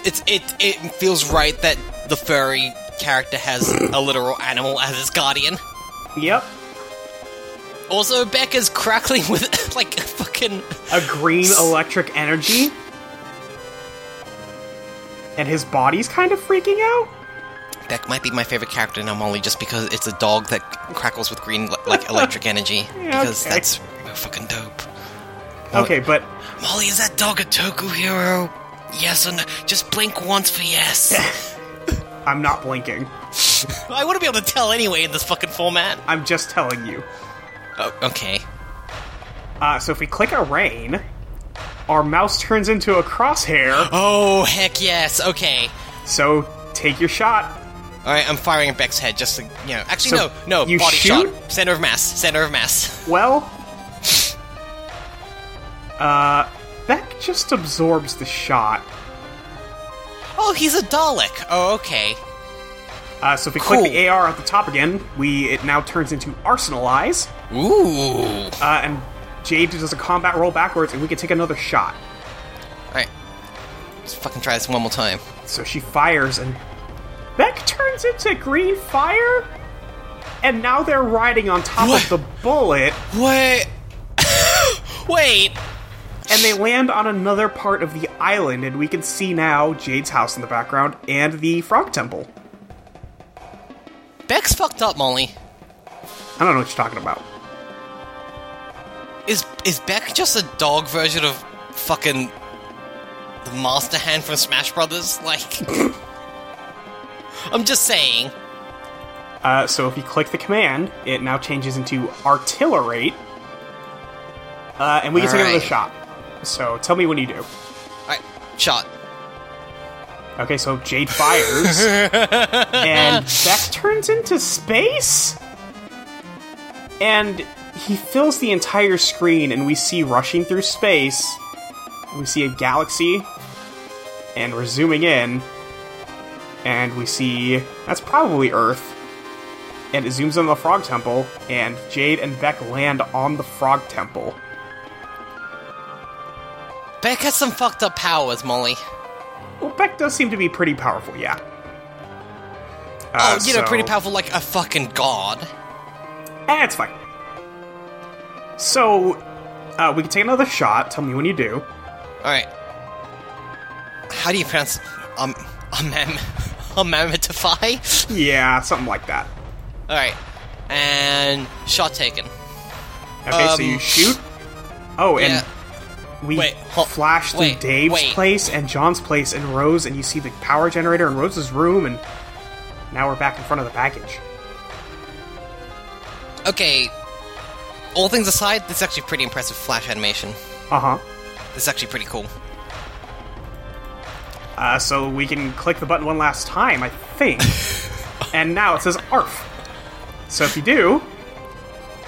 B: It's it it feels right that the furry character has a literal animal as his guardian.
A: Yep.
B: Also, Becca's crackling with [laughs] like fucking
A: A green electric energy. And his body's kind of freaking out?
B: Beck might be my favorite character in Molly just because it's a dog that crackles with green le- like electric [laughs] energy
A: Yeah,
B: because
A: okay.
B: that's fucking dope.
A: Okay, but
B: Molly, is that dog a Toku hero? Yes or no? Just blink once for yes.
A: I'm not blinking.
B: [laughs] I wouldn't be able to tell anyway in this fucking format.
A: I'm just telling you.
B: Oh, okay.
A: Uh, so if we click a rain, our mouse turns into a crosshair.
B: Oh heck yes. Okay.
A: So take your shot.
B: All right, I'm firing at Beck's head just to, you know. Actually,
A: So
B: no, no,
A: you
B: body
A: shoot?
B: shot. Center of mass. Center of mass.
A: Well, uh, Beck just absorbs the shot.
B: Oh, he's a Dalek. Oh, okay.
A: Uh, so if we
B: Cool.
A: click the AR at the top again, we it now turns into Arsenal Eyes,
B: Ooh. All
A: uh, and Jade does a combat roll backwards, and we can take another shot.
B: right. Let's fucking try this one more time.
A: So she fires, and Beck turns into green fire, and now they're riding on top
B: What?
A: of the bullet.
B: Wait. [coughs] Wait.
A: And they land on another part of the island, and we can see now Jade's house in the background and the Frog Temple.
B: Beck's fucked up, Molly.
A: I don't know what you're talking about.
B: Is is Beck just a dog version of fucking the Master Hand from Smash Brothers? [laughs] Like, I'm just saying.
A: Uh, so if you click the command, it now changes into artillerate, uh, and we can take another
B: Alright.
A: shot. So tell me when you do.
B: All right, shot.
A: Okay, so Jade
B: [laughs]
A: fires, and Beck turns into space, and he fills the entire screen, and we see rushing through space. We see a galaxy, and we're zooming in, and we see that's probably Earth, and it zooms on the Frog Temple, and Jade and Beck land on the Frog Temple.
B: Beck has some fucked up powers, Molly.
A: Well, Beck does seem to be pretty powerful, yeah.
B: Oh,
A: Uh,
B: you know,
A: so-
B: pretty powerful like a fucking god.
A: Eh, it's fine. So, uh, we can take another shot. Tell me when you do.
B: Alright. How do you pronounce um [laughs] amam amamitify?
A: Yeah, something like that.
B: [laughs] Alright. And shot taken.
A: Okay, so
B: Um,
A: you shoot. Oh, and
B: yeah.
A: we
B: Wait, hol-
A: flash through
B: wait,
A: Dave's
B: wait.
A: place and John's place and Rose, and you see the power generator in Rose's room, and now we're back in front of the package.
B: Okay. All things aside, this is actually pretty impressive flash animation.
A: Uh huh.
B: This is actually pretty cool.
A: Uh, so we can click the button one last time, I
B: [laughs]
A: think. and now it says ARF. So if you do,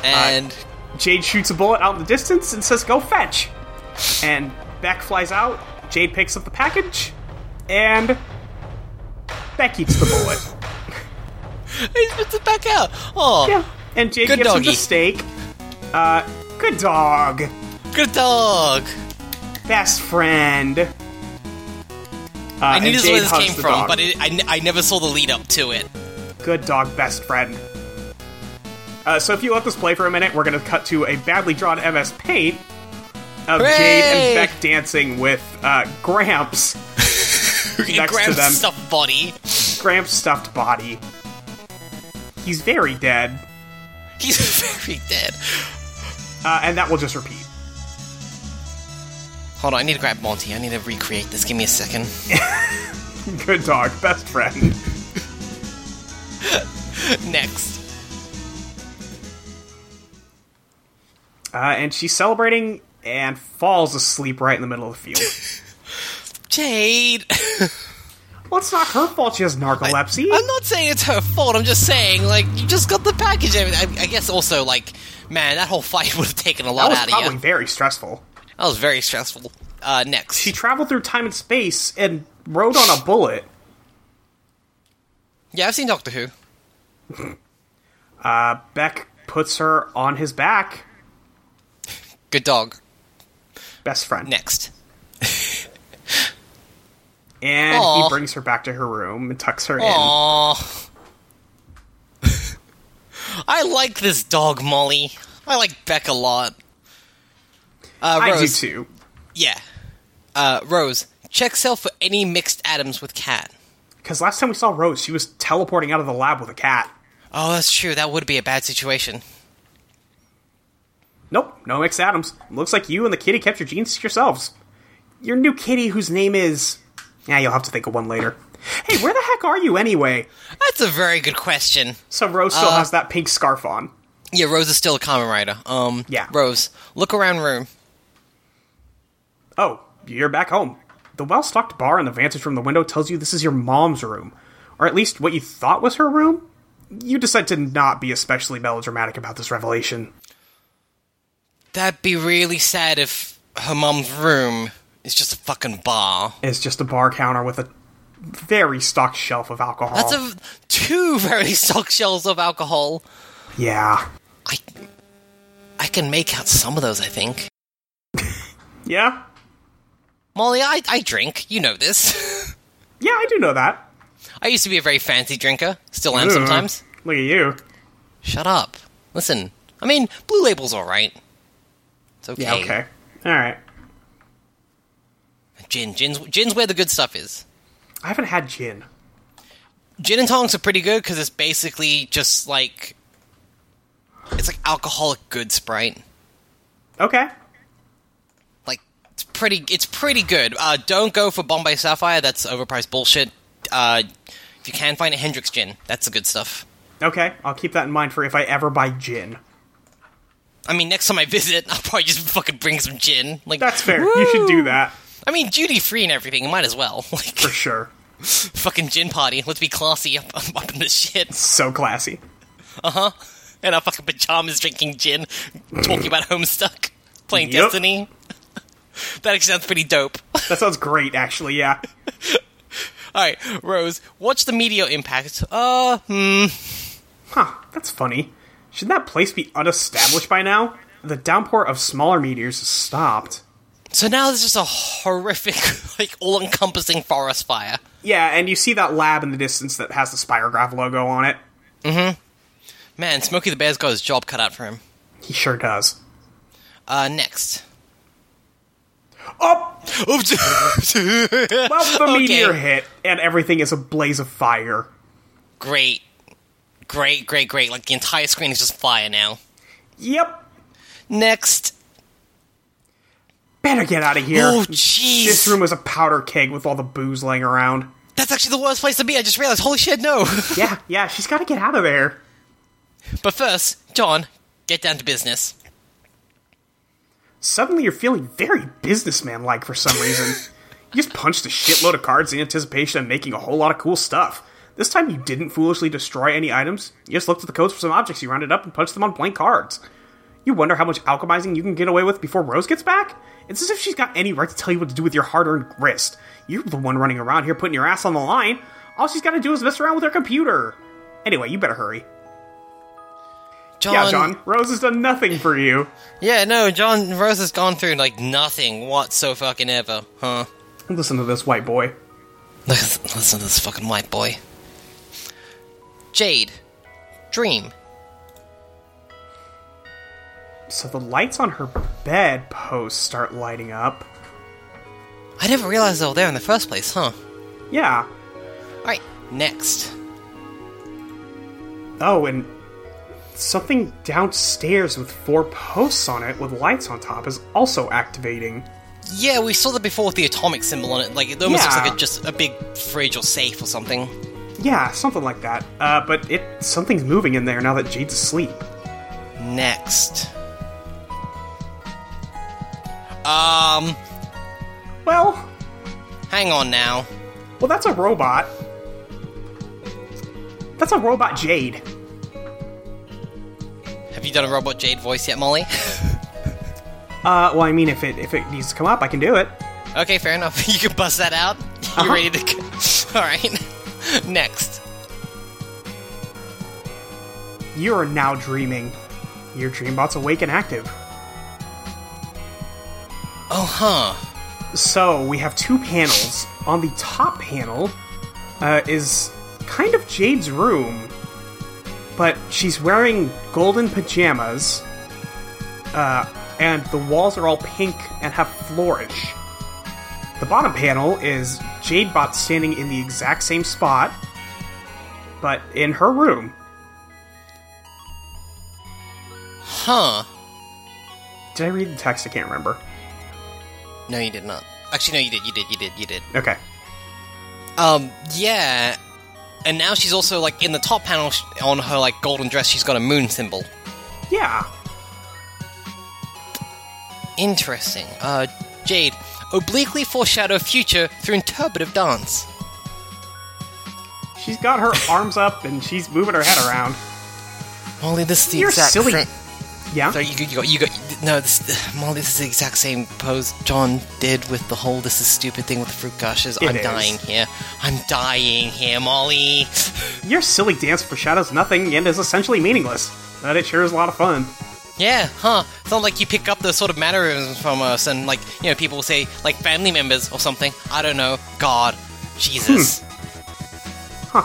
B: And
A: Jade shoots a bullet out in the distance and says, "Go fetch." And Beck flies out. Jade picks up the package, and Beck eats the
B: [laughs]
A: bullet.
B: he spits it back out. Oh,
A: Yeah, and Jade
B: Good
A: gives him
B: doggy.
A: the steak. Uh, good dog,
B: good dog.
A: best friend. Uh,
B: I knew this is where this came from, but it, I, n- I never saw the lead up to it.
A: good dog, best friend. Uh, so if you let this play for a minute, we're going to cut to a badly drawn MS Paint of Jade and
B: Hooray!
A: Beck dancing with uh,
B: [laughs]
A: Gramps. next to
B: Graham's
A: them.
B: stuffed body. [laughs]
A: Gramps' stuffed body. He's very dead,
B: He's very dead.
A: uh, and that will just repeat. [laughs]
B: Hold on, I need to grab Monty. I need to recreate this. Give me a second.
A: Good dog, best friend.
B: [laughs] Next.
A: Uh, and she's celebrating and falls asleep right in the middle of the
B: [laughs]
A: field.
B: Jade! [laughs]
A: well, it's not her fault she has narcolepsy.
B: I'm not saying it's her fault, I'm just saying, like, you just got the package. I, I, I guess also, like, man, that whole fight [laughs] would have taken a
A: that
B: lot
A: was
B: out
A: probably
B: of you.
A: very stressful.
B: That was very stressful. Uh, next.
A: She traveled through time and space and rode on a bullet.
B: yeah, I've seen Doctor Who.
A: Beck puts her on his back.
B: Good dog.
A: Best friend.
B: Next.
A: And he
B: Aw.
A: brings her back to her room and tucks her in.
B: Aww. [laughs] I like this dog, Molly. I like Beck a lot. Uh,
A: I do
B: Rose,
A: too.
B: Yeah. Uh, Rose, check cell for any mixed atoms with cat.
A: Because last time we saw Rose, she was teleporting out of the lab with a cat.
B: Oh, that's true. That would be a bad situation.
A: Nope, no mixed atoms. Looks like you and the kitty kept your genes to yourselves. Your new kitty, whose name is. Yeah, you'll have to think of one later. Hey, where the heck are you anyway?
B: That's a very good question.
A: So Rose still
B: Uh,
A: has that pink scarf on.
B: Yeah, Rose is still a common writer. Um,
A: Yeah.
B: Rose, look around room.
A: Oh, you're back home. The well stocked bar in the vantage from the window tells you this is your mom's room, or at least what you thought was her room. You decide to not be especially melodramatic about this revelation.
B: That'd be really sad if her mom's room is just a fucking bar.
A: It's just a bar counter with a very stocked shelf of alcohol.
B: That's a two very [laughs] stock shelves of alcohol.
A: yeah.
B: I I can make out some of those, I think.
A: Yeah?
B: Molly, I, I drink. You know this. [laughs]
A: Yeah, I do know that.
B: I used to be a very fancy drinker. Still am
A: Ugh.
B: sometimes.
A: Look at you.
B: Shut up. Listen. I mean, Blue Label's alright. It's okay.
A: Yeah, okay. Alright.
B: Gin. Gin's, gin's where the good stuff is.
A: I haven't had gin.
B: Gin and tonics are pretty good because it's basically just like. It's like alcoholic good sprite.
A: Okay.
B: Like it's pretty. It's pretty good. Uh, don't go for Bombay Sapphire. That's overpriced bullshit. Uh, if you can find a Hendrix gin, that's the good stuff.
A: Okay, I'll keep that in mind for if I ever buy gin.
B: I mean, next time I visit, [laughs] I'll probably just fucking bring some gin. Like
A: That's fair. You should do that
B: I mean, duty free and everything. Might as well. [laughs] Like
A: for sure.
B: fucking gin party. Let's be classy up, up, up in this shit.
A: So classy.
B: And our fucking pajamas, drinking gin, talking about Homestuck, playing
A: Yep.
B: Destiny. [laughs] that actually sounds pretty dope. [laughs]
A: That sounds great, actually. Yeah.
B: All right, Rose, watch the meteor impact. Uh, hmm.
A: Huh, that's funny. Should that place be unestablished by now? The downpour of smaller meteors has stopped.
B: so now there's just a horrific, [laughs] like all-encompassing forest fire.
A: Yeah, and you see that lab in the distance that has the Spirograph logo on it.
B: Man, Smokey the Bear's got his job cut out for him.
A: He sure does.
B: Uh, next.
A: Oh,
B: Oops.
A: well,
B: [laughs]
A: the
B: Okay.
A: meteor hit, and everything is a blaze of fire.
B: great, great, great, great. Like the entire screen is just fire now.
A: Yep.
B: Next.
A: Better get out of here.
B: Oh, jeez.
A: this room was a powder keg with all the booze laying around.
B: That's actually the worst place to be. I just realized. Holy shit, no. [laughs]
A: Yeah, yeah, she's got to get out of there.
B: but first, John, get down to business.
A: Suddenly, you're feeling very businessman-like for some reason. you just punched a shitload of cards in anticipation of making a whole lot of cool stuff. This time, you didn't foolishly destroy any items. You just looked at the codes for some objects you rounded up and punched them on blank cards. You wonder how much alchemizing you can get away with before Rose gets back? It's as if she's got any right to tell you what to do with your hard-earned grist. You're the one running around here putting your ass on the line. All she's got to do is mess around with her computer. Anyway, you better hurry.
B: John.
A: Yeah, John, Rose has done nothing for you.
B: Yeah, no, John Rose has gone through like nothing whatso fucking ever, huh?
A: Listen to this white boy.
B: Listen, listen to this fucking white boy. Jade, dream.
A: So the lights on her bed post start lighting up.
B: I never realized they were there in the first place, huh?
A: Yeah.
B: Alright, next.
A: Oh, and something downstairs with four posts on it with lights on top is also activating.
B: Yeah, we saw that before with the atomic symbol on it. Like, it almost looks
A: Yeah.
B: like a, just a big fridge or safe or something.
A: Yeah, something like that. Uh, but it something's moving in there now that Jade's asleep.
B: Next. Um,
A: Well,
B: hang on now.
A: well, that's a robot. That's a robot Jade.
B: Have you done a Robot Jade voice yet, Molly? [laughs]
A: Uh, well, I mean, if it if it needs to come up, I can do it.
B: okay, fair enough. [laughs] You can bust that out. You ready to go? [laughs] Alright. [laughs] Next.
A: You are now dreaming. Your dreambot's awake and active.
B: Oh, huh.
A: So we have two panels. On the top panel uh, is kind of Jade's room, but she's wearing golden pajamas, uh, and the walls are all pink and have flourish. The bottom panel is Jadebot standing in the exact same spot, but in her room.
B: Huh.
A: Did I read the text? I can't remember.
B: No, you did not. Actually, no, you did, you did, you did, you did.
A: Okay.
B: Um, yeah. And now she's also, like, in the top panel sh- on her, like, golden dress, she's got a moon symbol.
A: Yeah.
B: Interesting. Uh, Jade, obliquely foreshadow future through interpretive dance.
A: She's got her [laughs] arms up and she's moving her head around.
B: Molly, this is the
A: You're
B: exact
A: silly.
B: fr-
A: Yeah.
B: Sorry, you, you got, you got, no, this, [sighs] Molly, this is the exact same pose John did with the whole this is stupid thing with the fruit gushes. I'm
A: is.
B: dying here. I'm dying here, Molly. [laughs]
A: Your silly dance foreshadows nothing and is essentially meaningless, but it sure is a lot of fun.
B: Yeah, huh. It's not like you pick up those sort of mannerisms from us and, like, you know, people say, like, family members or something. I don't know. God. Jesus.
A: Huh.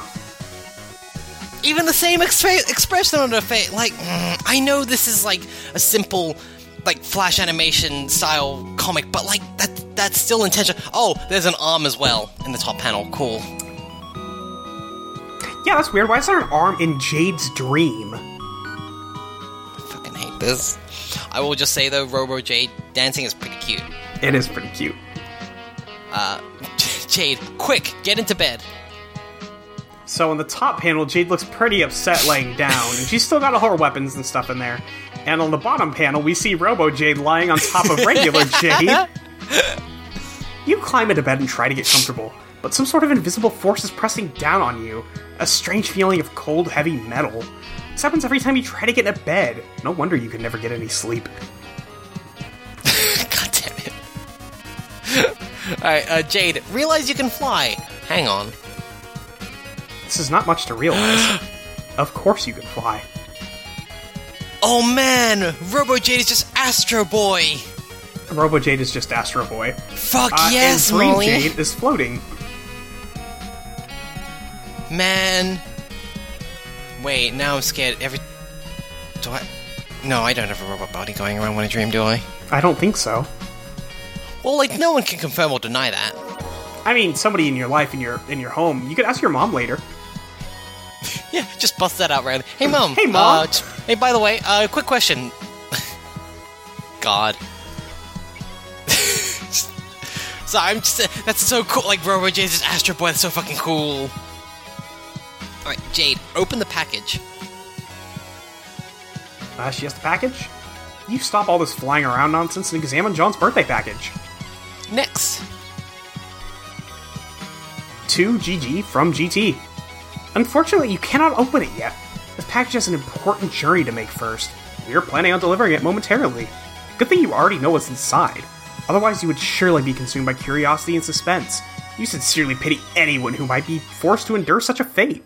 B: Even the same exp- expression on her face. Like, mm, I know this is, like, a simple, like, flash animation style comic, but, like, that that's still intentional. Oh, there's an arm as well in the top panel. Cool.
A: Yeah, that's weird. Why is there an arm in Jade's dream?
B: I fucking hate this. I will just say, though, Robo Jade dancing is pretty cute.
A: It is pretty cute.
B: Uh, [laughs] Jade, quick, get into bed.
A: So on the top panel, Jade looks pretty upset laying down, and she's still got all her weapons and stuff in there. And on the bottom panel, we see Robo Jade lying on top of
B: [laughs]
A: regular Jade. You climb into bed and try to get comfortable, but some sort of invisible force is pressing down on you. A strange feeling of cold, heavy metal. This happens every time you try to get into bed. No wonder you can never get any sleep.
B: [laughs] God damn it. Alright, uh, Jade, realize you can fly. Hang on.
A: This is not much to
B: [gasps]
A: realize. of course you can fly.
B: Oh man, Robo Jade is just Astro Boy.
A: Robo Jade is just Astro Boy.
B: Fuck
A: Uh,
B: yes,
A: and Green
B: Molly.
A: Jade is floating.
B: Man. Wait, now I'm scared. Every. Do I. No, I don't have a robot body going around when I dream, do I?
A: I don't think so.
B: Well, like, no one can confirm or deny that.
A: I mean, somebody in your life, in your in your home. You could ask your mom later.
B: Yeah, just bust that out randomly. Hey, mom.
A: Hey, Mom.
B: Uh, just- hey, by the way, uh, quick question. [laughs] God. [laughs] so I'm just uh, that's so cool. Like Robo Jade's just Astro Boy. That's so fucking cool. All right, Jade, open the package.
A: Uh, she has the package. You stop all this flying around nonsense and examine John's birthday package.
B: Next.
A: to GG from GT. Unfortunately, you cannot open it yet. This package has an important journey to make first. We are planning on delivering it momentarily. Good thing you already know what's inside. Otherwise, you would surely be consumed by curiosity and suspense. You sincerely pity anyone who might be forced to endure such a fate.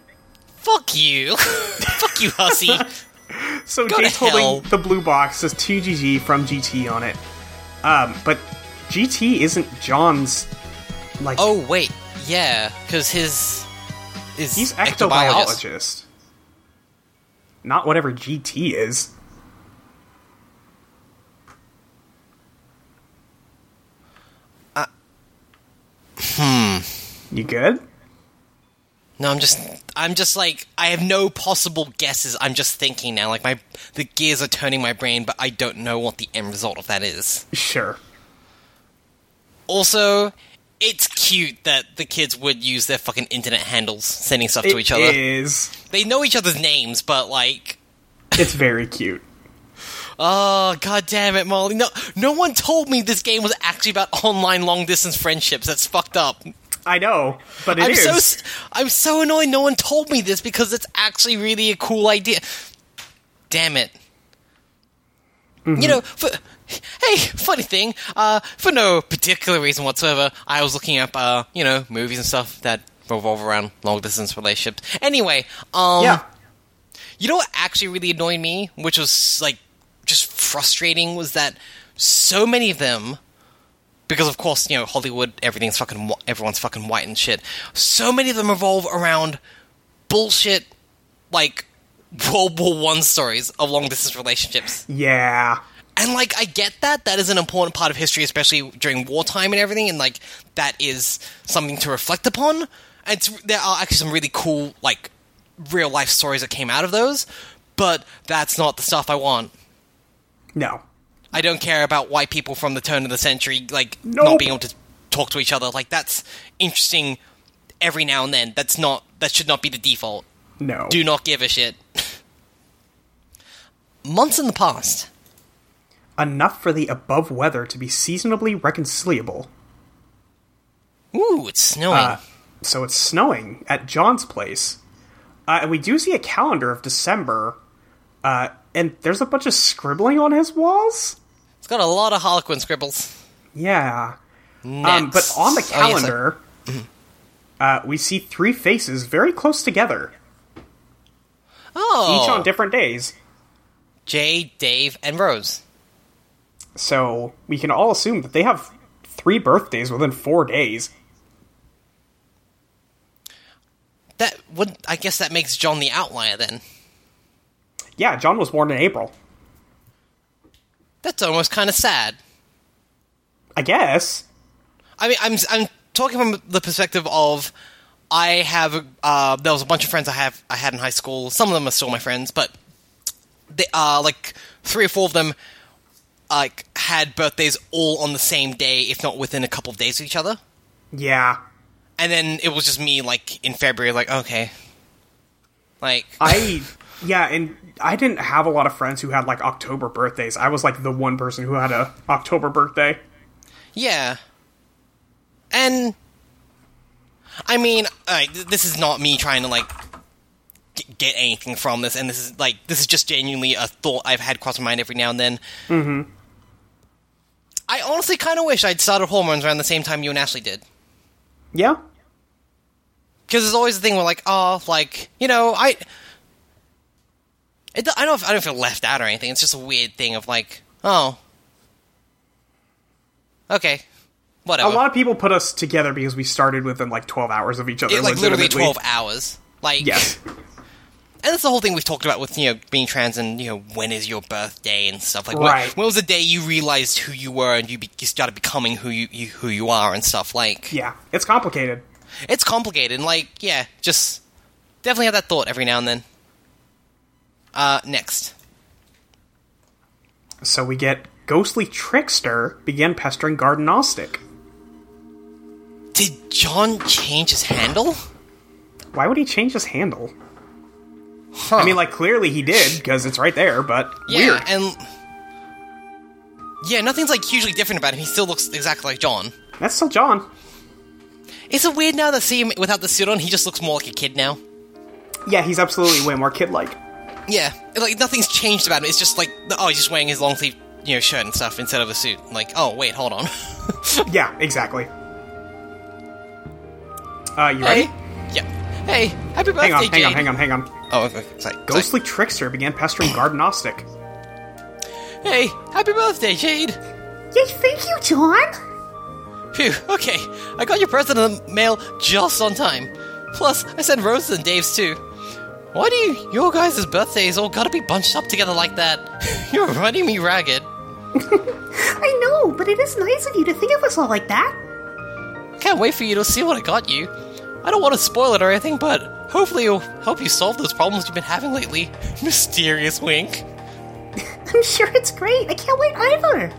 B: Fuck you. [laughs] Fuck
A: [laughs]
B: you, hussy.
A: So
B: Go to
A: Jade's holding
B: hell.
A: the blue box says 2GG from GT on it. Um, but GT isn't John's like
B: oh wait, yeah, because his is
A: he's
B: ectobiologist.
A: ectobiologist. Not whatever GT is.
B: Uh, hmm.
A: You good?
B: No, I'm just I'm just like I have no possible guesses. I'm just thinking now. Like my the gears are turning my brain, but I don't know what the end result of that is.
A: Sure.
B: Also, it's cute that the kids would use their fucking internet handles sending stuff to each other.
A: It is.
B: They know each other's names, but like
A: It's very cute.
B: Oh god damn it, Molly! No, no one told me this game was actually about online long distance friendships. That's fucked up.
A: I know, but it
B: I'm
A: is.
B: so s- I'm so annoyed. No one told me this because it's actually really a cool idea. Damn it!
A: Mm-hmm.
B: You know, for, hey, funny thing. Uh, for no particular reason whatsoever, I was looking up, uh, you know, movies and stuff that revolve around long distance relationships. Anyway, um,
A: yeah.
B: you know what actually really annoyed me, which was like just frustrating, was that so many of them, because of course you know Hollywood, everything's fucking wh- everyone's fucking white and shit. So many of them revolve around bullshit, like World War One stories of long distance relationships.
A: Yeah.
B: And like I get that that is an important part of history, especially during wartime and everything, and like that is something to reflect upon. And it's, there are actually some really cool like real life stories that came out of those, but that's not the stuff I want.
A: No.
B: I don't care about white people from the turn of the century like not
A: Nope.
B: being able to talk to each other. Like that's interesting every now and then. That's not that should not be the default.
A: No.
B: Do not give a shit. [laughs] Months in the past.
A: Enough for the above weather to be seasonably reconcilable.
B: Ooh, it's snowing.
A: Uh, so it's snowing at John's place. Uh, and we do see a calendar of December, uh, and there's a bunch of scribbling on his walls?
B: It's got a lot of Harlequin scribbles.
A: Yeah. Um,
B: Next.
A: but on the
B: Oh, yes, I-
A: calendar, uh, we see three faces very close together,
B: oh,
A: each on different days.
B: Jay, Dave, and Rose.
A: So we can all assume that they have three birthdays within four days.
B: That would, I guess, that makes John the outlier then.
A: Yeah, John was born in April.
B: That's almost kind of sad.
A: I guess.
B: I mean, I'm I'm talking from the perspective of I have uh, there was a bunch of friends I have I had in high school. Some of them are still my friends, but they uh, like three or four of them like had birthdays all on the same day, if not within a couple of days of each other.
A: Yeah.
B: And then it was just me, like in February, like okay, like [laughs]
A: I yeah, and I didn't have a lot of friends who had like October birthdays. I was like the one person who had a October birthday.
B: Yeah. And I mean, alright, th- this is not me trying to like g- get anything from this, and this is like this is just genuinely a thought I've had cross my mind every now and then. Mm-hmm. I honestly kind of wish I'd started hormones around the same time you and Ashley did.
A: Yeah.
B: Because there's always the thing where, like, oh, like you know, I, it, do- I don't, I don't feel left out or anything. It's just a weird thing of like, oh, okay, whatever.
A: A lot of people put us together because we started within like 12 hours of each other.
B: it, like literally
A: legitimately.
B: 12 hours. [laughs] Like,
A: Yes.
B: and that's the whole thing we've talked about with you know being trans and you know when is your birthday and stuff like
A: Right.
B: when, when was the day you realized who you were and you, be, you started becoming who you, you who you are and stuff like
A: Yeah. It's complicated.
B: it's complicated and like yeah just definitely have that thought every now and then. Uh, next.
A: So we get ghostly trickster began pestering Garden Gnostic.
B: Did John change his handle?
A: Why would he change his handle?
B: Huh.
A: I mean, like clearly he did because it's right there, but
B: yeah,
A: weird.
B: and yeah, nothing's like hugely different about him. He still looks exactly like John.
A: That's still John.
B: Is it weird now that see him without the suit on? He just looks more like a kid now.
A: Yeah, he's absolutely way more kid-like.
B: Yeah, like nothing's changed about him. It's just like oh, he's just wearing his long sleeve, you know, shirt and stuff instead of a suit. Like oh, wait, hold on. [laughs]
A: Yeah, exactly. Uh, you ready?
B: hey, yeah. Hey, happy birthday,
A: Hang on, hang on,
B: Jade.
A: hang on, hang on.
B: Oh, okay, okay, sorry.
A: Ghostly trickster began pestering Garden Gnostic.
B: sorry. Hey, happy birthday, Jade.
A: Yay, thank you, John!
B: Phew. Okay, I got your present in the mail just on time. Plus, I sent Rose's and Dave's too. Why do you, your guys' birthdays all gotta be bunched up together like that? [laughs] You're running me ragged.
C: I know, but it is nice of you to think of us all like that. [laughs]
B: Can't wait for you to see what I got you. I don't want to spoil it or anything, but hopefully it'll help you solve those problems you've been having lately. [laughs] Mysterious wink.
C: I'm sure it's great. I can't wait either.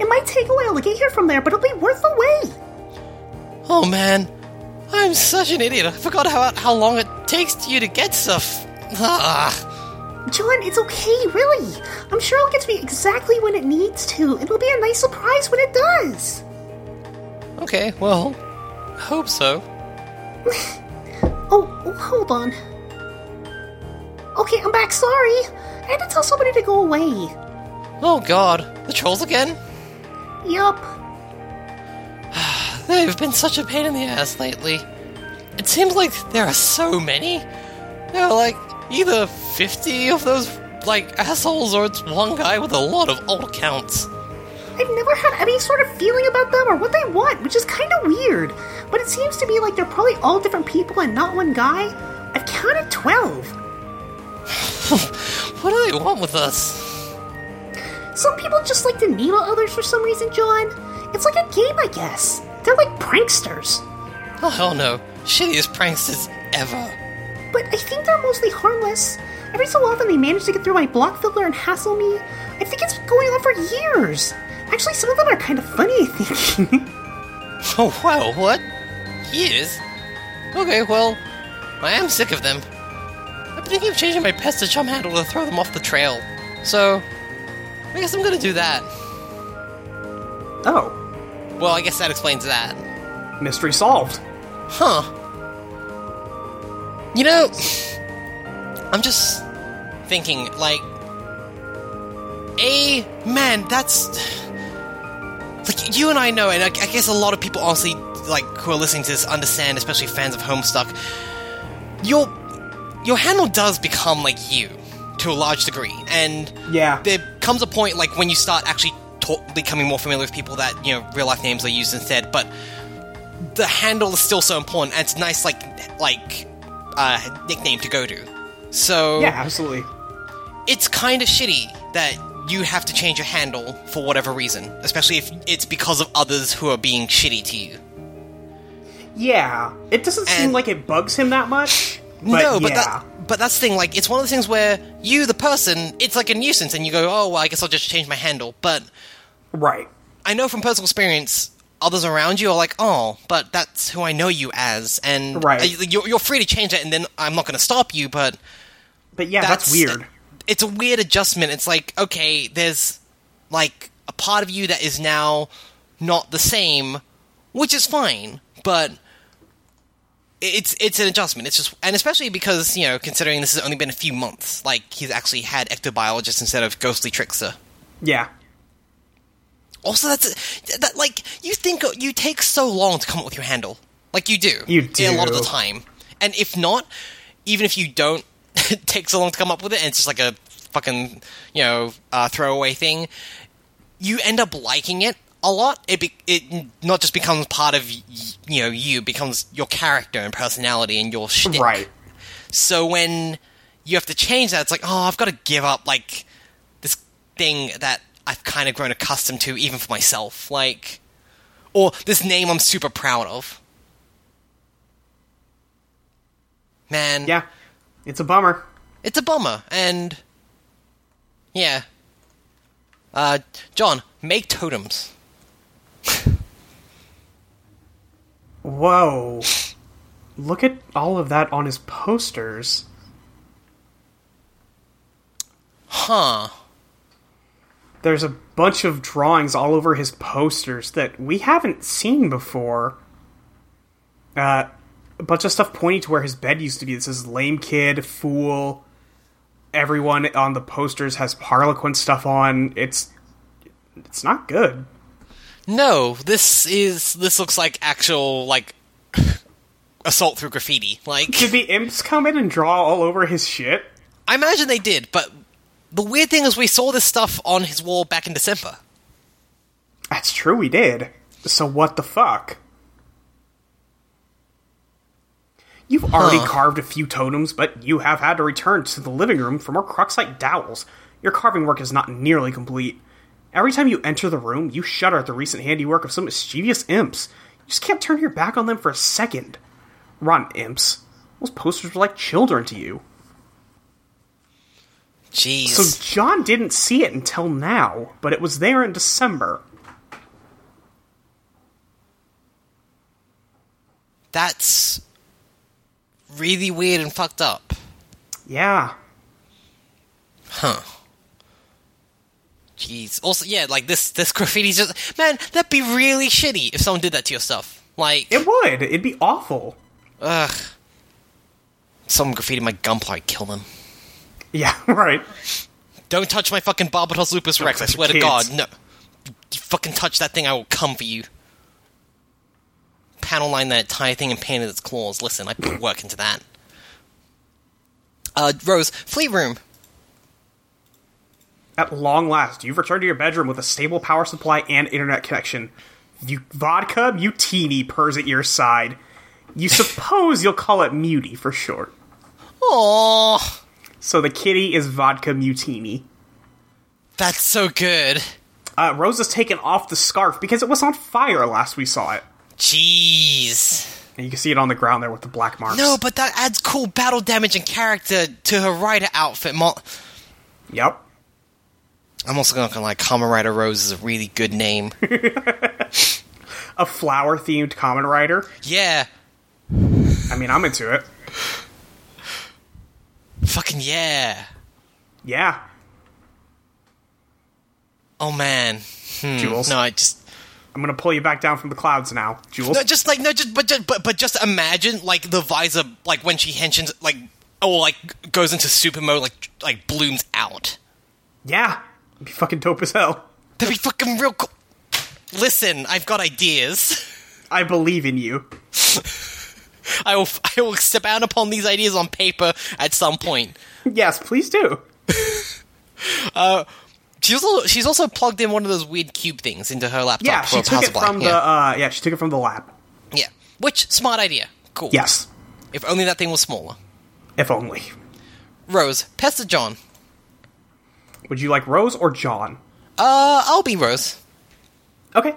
C: It might take a while to get here from there, but it'll be worth the wait.
B: Oh man, I'm such an idiot. I forgot how how long it takes to you to get stuff. Ah,
C: John, it's okay, really. I'm sure it'll get to me exactly when it needs to. It'll be a nice surprise when it does.
B: okay, well, hope so.
C: Oh, oh, hold on. Okay, I'm back. Sorry. I had to tell somebody to go away.
B: Oh god, the trolls again?
C: Yup.
B: They've been such a pain in the ass lately. It seems like there are so many. There are like either 50 of those like assholes or it's one guy with a lot of alt accounts.
C: I've never had any sort of feeling about them or what they want, which is kind of weird. But it seems to be like they're probably all different people and not one guy. I've counted 12.
B: What do they want with us?
C: Some people just like to needle others for some reason, John. It's like a game, I guess. They're like pranksters.
B: Oh hell no. Shittiest pranksters ever. [laughs]
C: But I think they're mostly harmless. Every so often they manage to get through my block filter and hassle me. I think it's been going on for years. Actually, some of them are kind of funny, I think. [laughs]
B: Oh wow, what? Years? Okay, well, I am sick of them. I've been thinking of changing my pets to chum handle to throw them off the trail. So, I guess I'm gonna do that.
A: Oh,
B: Well, I guess that explains that.
A: mystery solved.
B: Huh. You know, I'm just thinking, like, a man, that's like you and I know, and I, I guess a lot of people honestly, like, who are listening to this understand, especially fans of Homestuck. Your your handle does become like you to a large degree, and
A: Yeah.
B: there comes a point like when you start actually talk, becoming more familiar with people that you know real life names are used instead, but the handle is still so important, and it's nice like like uh, nickname to go to. So
A: Yeah, absolutely.
B: it's kind of shitty that you have to change your handle for whatever reason, especially if it's because of others who are being shitty to you.
A: Yeah, it doesn't seem
B: And-
A: like it bugs him that much. But
B: no, but
A: yeah.
B: that, but that's the thing. Like, it's one of the things where you, the person, it's like a nuisance, and you go, "Oh, well, I guess I'll just change my handle." But
A: right.
B: I know from personal experience, others around you are like, "Oh, but that's who I know you as," and
A: Right.
B: uh, you're, you're free to change that, and then I'm not going to stop you. But
A: But yeah, that's, weird.
B: It's a weird adjustment. It's like, okay, there's like a part of you that is now not the same, which is fine, but it's it's an adjustment. It's just and especially because, you know, considering this has only been a few months, like he's actually had ectobiologist instead of ghostly trickster.
A: Yeah.
B: Also, that's that like you think you take so long to come up with your handle, like you do.
A: You do.
B: a lot of the time, and if not, even if you don't [laughs] take so long to come up with it, and it's just like a fucking you know uh, throwaway thing, you end up liking it a lot. It be- it not just becomes part of y- you know you becomes your character and personality and your shtick.
A: Right.
B: So when you have to change that, it's like, oh, I've got to give up like this thing that I've kind of grown accustomed to, even for myself, like, or this name I'm super proud of. Man,
A: Yeah. It's a bummer.
B: it's a bummer, and yeah. Uh, John, make totems.
A: Whoa. Look at all of that on his posters.
B: Huh.
A: There's a bunch of drawings all over his posters that we haven't seen before. Uh, a bunch of stuff pointing to where his bed used to be. This is lame kid, fool. Everyone on the posters has Harlequin stuff on. It's it's not good.
B: No, this is this looks like actual like [laughs] assault through graffiti. Like
A: Did the imps come in and draw all over his shit?
B: I imagine they did, but the weird thing is we saw this stuff on his wall back in December.
A: That's true, we did. So what the fuck? You've already carved a few totems, but you have had to return to the living room for more Cruxite dowels. Your carving work is not nearly complete. Every time you enter the room, you shudder at the recent handiwork of some mischievous imps. You just can't turn your back on them for a second. Ron imps. Those posters were like children to you.
B: Jeez.
A: So John didn't see it until now, but it was there in December.
B: That's really weird and fucked up.
A: Yeah.
B: Huh. Jeez. Also, yeah, like this this graffiti's just man, that'd be really shitty if someone did that to your stuff. Like
A: It would. It'd be awful.
B: ugh. Someone graffiti my gunpla, I'd kill them.
A: Yeah, [laughs] right.
B: Don't touch my fucking Barbados lupus rex, I
A: touch
B: swear to
A: kids.
B: god, no. You fucking touch that thing, I will come for you. Panel line that entire thing and painted its claws. Listen, I put work into that. Uh, Rose, fleet room.
A: At long last, you've returned to your bedroom with a stable power supply and internet connection. You vodka mutiny purrs at your side.
B: [laughs]
A: You suppose you'll call it muty for short.
B: Aww.
A: So the kitty is vodka mutiny.
B: That's so good.
A: Uh, Rose has taken off the scarf because it was on fire last we saw it.
B: Jeez.
A: And you can see it on the ground there with the black marks.
B: No, but that adds cool battle damage and character to her rider outfit. Mo-
A: Yep.
B: I'm also gonna like Kamen Rider Rose is a really good [laughs] name.
A: A flower themed common rider.
B: yeah.
A: I mean, I'm into it.
B: Fucking yeah.
A: Yeah.
B: Oh man. Hmm.
A: Jules.
B: No, I just
A: I'm going to pull you back down from the clouds now, Jules.
B: No, just like no, just but just, but but just imagine like the visor, like when she henshins, like or like goes into super mode, like like blooms out.
A: yeah. It'd be fucking dope as hell.
B: That'd be fucking real. cool. Listen, I've got ideas. [laughs]
A: I believe in you. [laughs]
B: I will I will expound upon these ideas on paper at some point.
A: Yes, please do.
B: She's also, she's also plugged in one of those weird cube things into her laptop.
A: Yeah, she
B: for
A: took it
B: possible-
A: from
B: yeah.
A: the uh, yeah, she took it from the lab.
B: yeah. Which smart idea? Cool.
A: Yes,
B: If only that thing was smaller.
A: if only.
B: Rose, pester John.
A: Would you like Rose or John?
B: Uh, I'll be Rose.
A: Okay.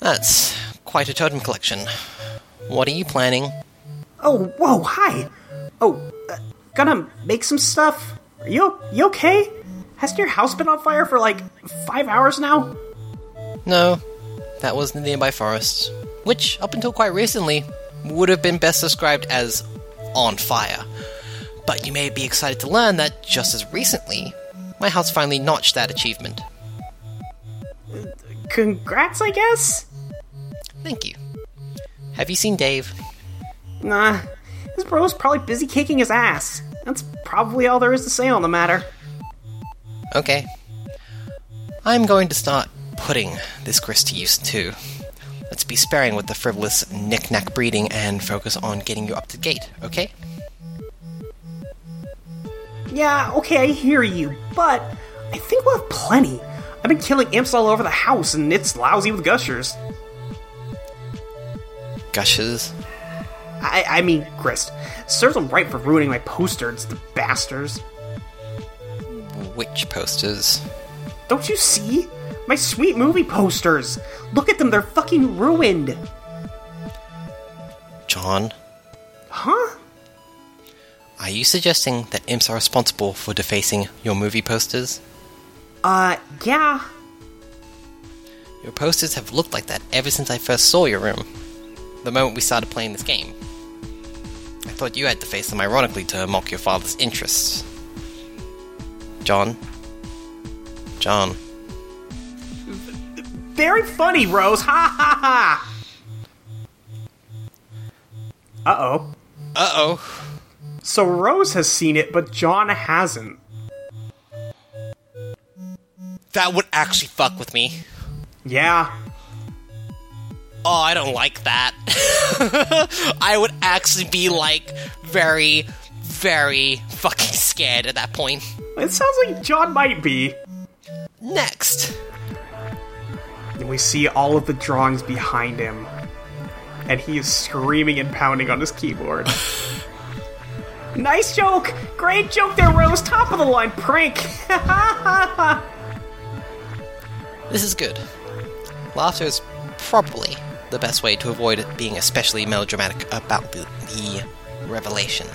B: That's quite a totem collection. What are you planning?
A: Oh, whoa, hi. Oh, uh, gonna make some stuff. Are you you okay? Hasn't your house been on fire for like five hours now?
B: No, that was the nearby forest, which, up until quite recently, would have been best described as on fire. But you may be excited to learn that just as recently, my house finally notched that achievement.
A: Congrats, I guess.
B: Thank you. Have you seen Dave?
A: Nah, this bro's probably busy kicking his ass. That's probably all there is to say on the matter.
B: Okay. I'm going to start putting this grist to use too. Let's be sparing with the frivolous knick-knack breeding and focus on getting you up to gate, okay?
A: Yeah, okay, I hear you, but I think we'll have plenty. I've been killing imps all over the house, and it's lousy with gushers.
B: Gushes.
A: I, I mean, Grist. Serves them right for ruining my posters, the bastards.
B: Witch posters.
A: Don't you see? My sweet movie posters! Look at them, they're fucking ruined!
B: John,
A: Huh?
B: Are you suggesting that imps are responsible for defacing your movie posters?
A: Uh, yeah.
B: Your posters have looked like that ever since I first saw your room. The moment we started playing this game. I thought you had defaced them ironically to mock your father's interests. John? John.
A: Very funny, Rose! [laughs] Ha ha ha! Uh oh.
B: Uh oh.
A: So Rose has seen it, but John hasn't.
B: That would actually fuck with me.
A: Yeah.
B: oh, I don't like that. [laughs] I would actually be like very, very fucking scared at that point.
A: It sounds like John might be.
B: Next.
A: And we see all of the drawings behind him. And he is screaming and pounding on his keyboard. nice joke! Great joke there, Rose! Top of the line prank!
B: This is good. Laughter is probably the best way to avoid it being especially melodramatic about the, the revelation.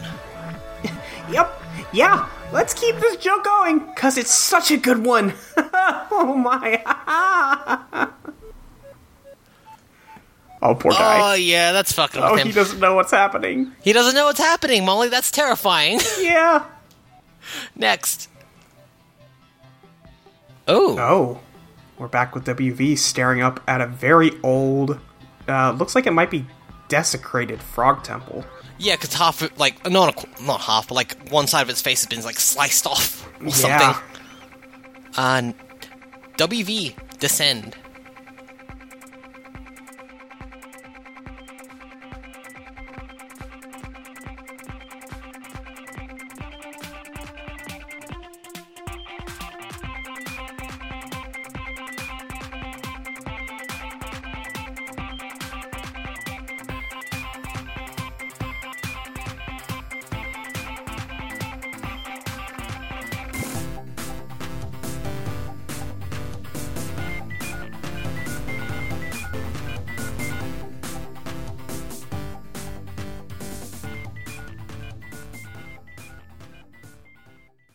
C: Yep. Yeah. Let's keep this joke going because it's such a good one. [laughs] oh my. [laughs] oh, poor
B: Oh
C: guy.
B: yeah, that's fucking with
C: oh,
B: him.
C: he doesn't know what's happening.
B: he doesn't know what's happening, Molly. That's terrifying. [laughs]
C: Yeah.
B: Next. Oh,
C: Oh, we're back with WV staring up at a very old, uh, looks like it might be desecrated frog temple.
B: yeah, because half, of- like not a qu- not half, but like one side of its face has been like sliced off or
C: Yeah.
B: something. Uh, WV descend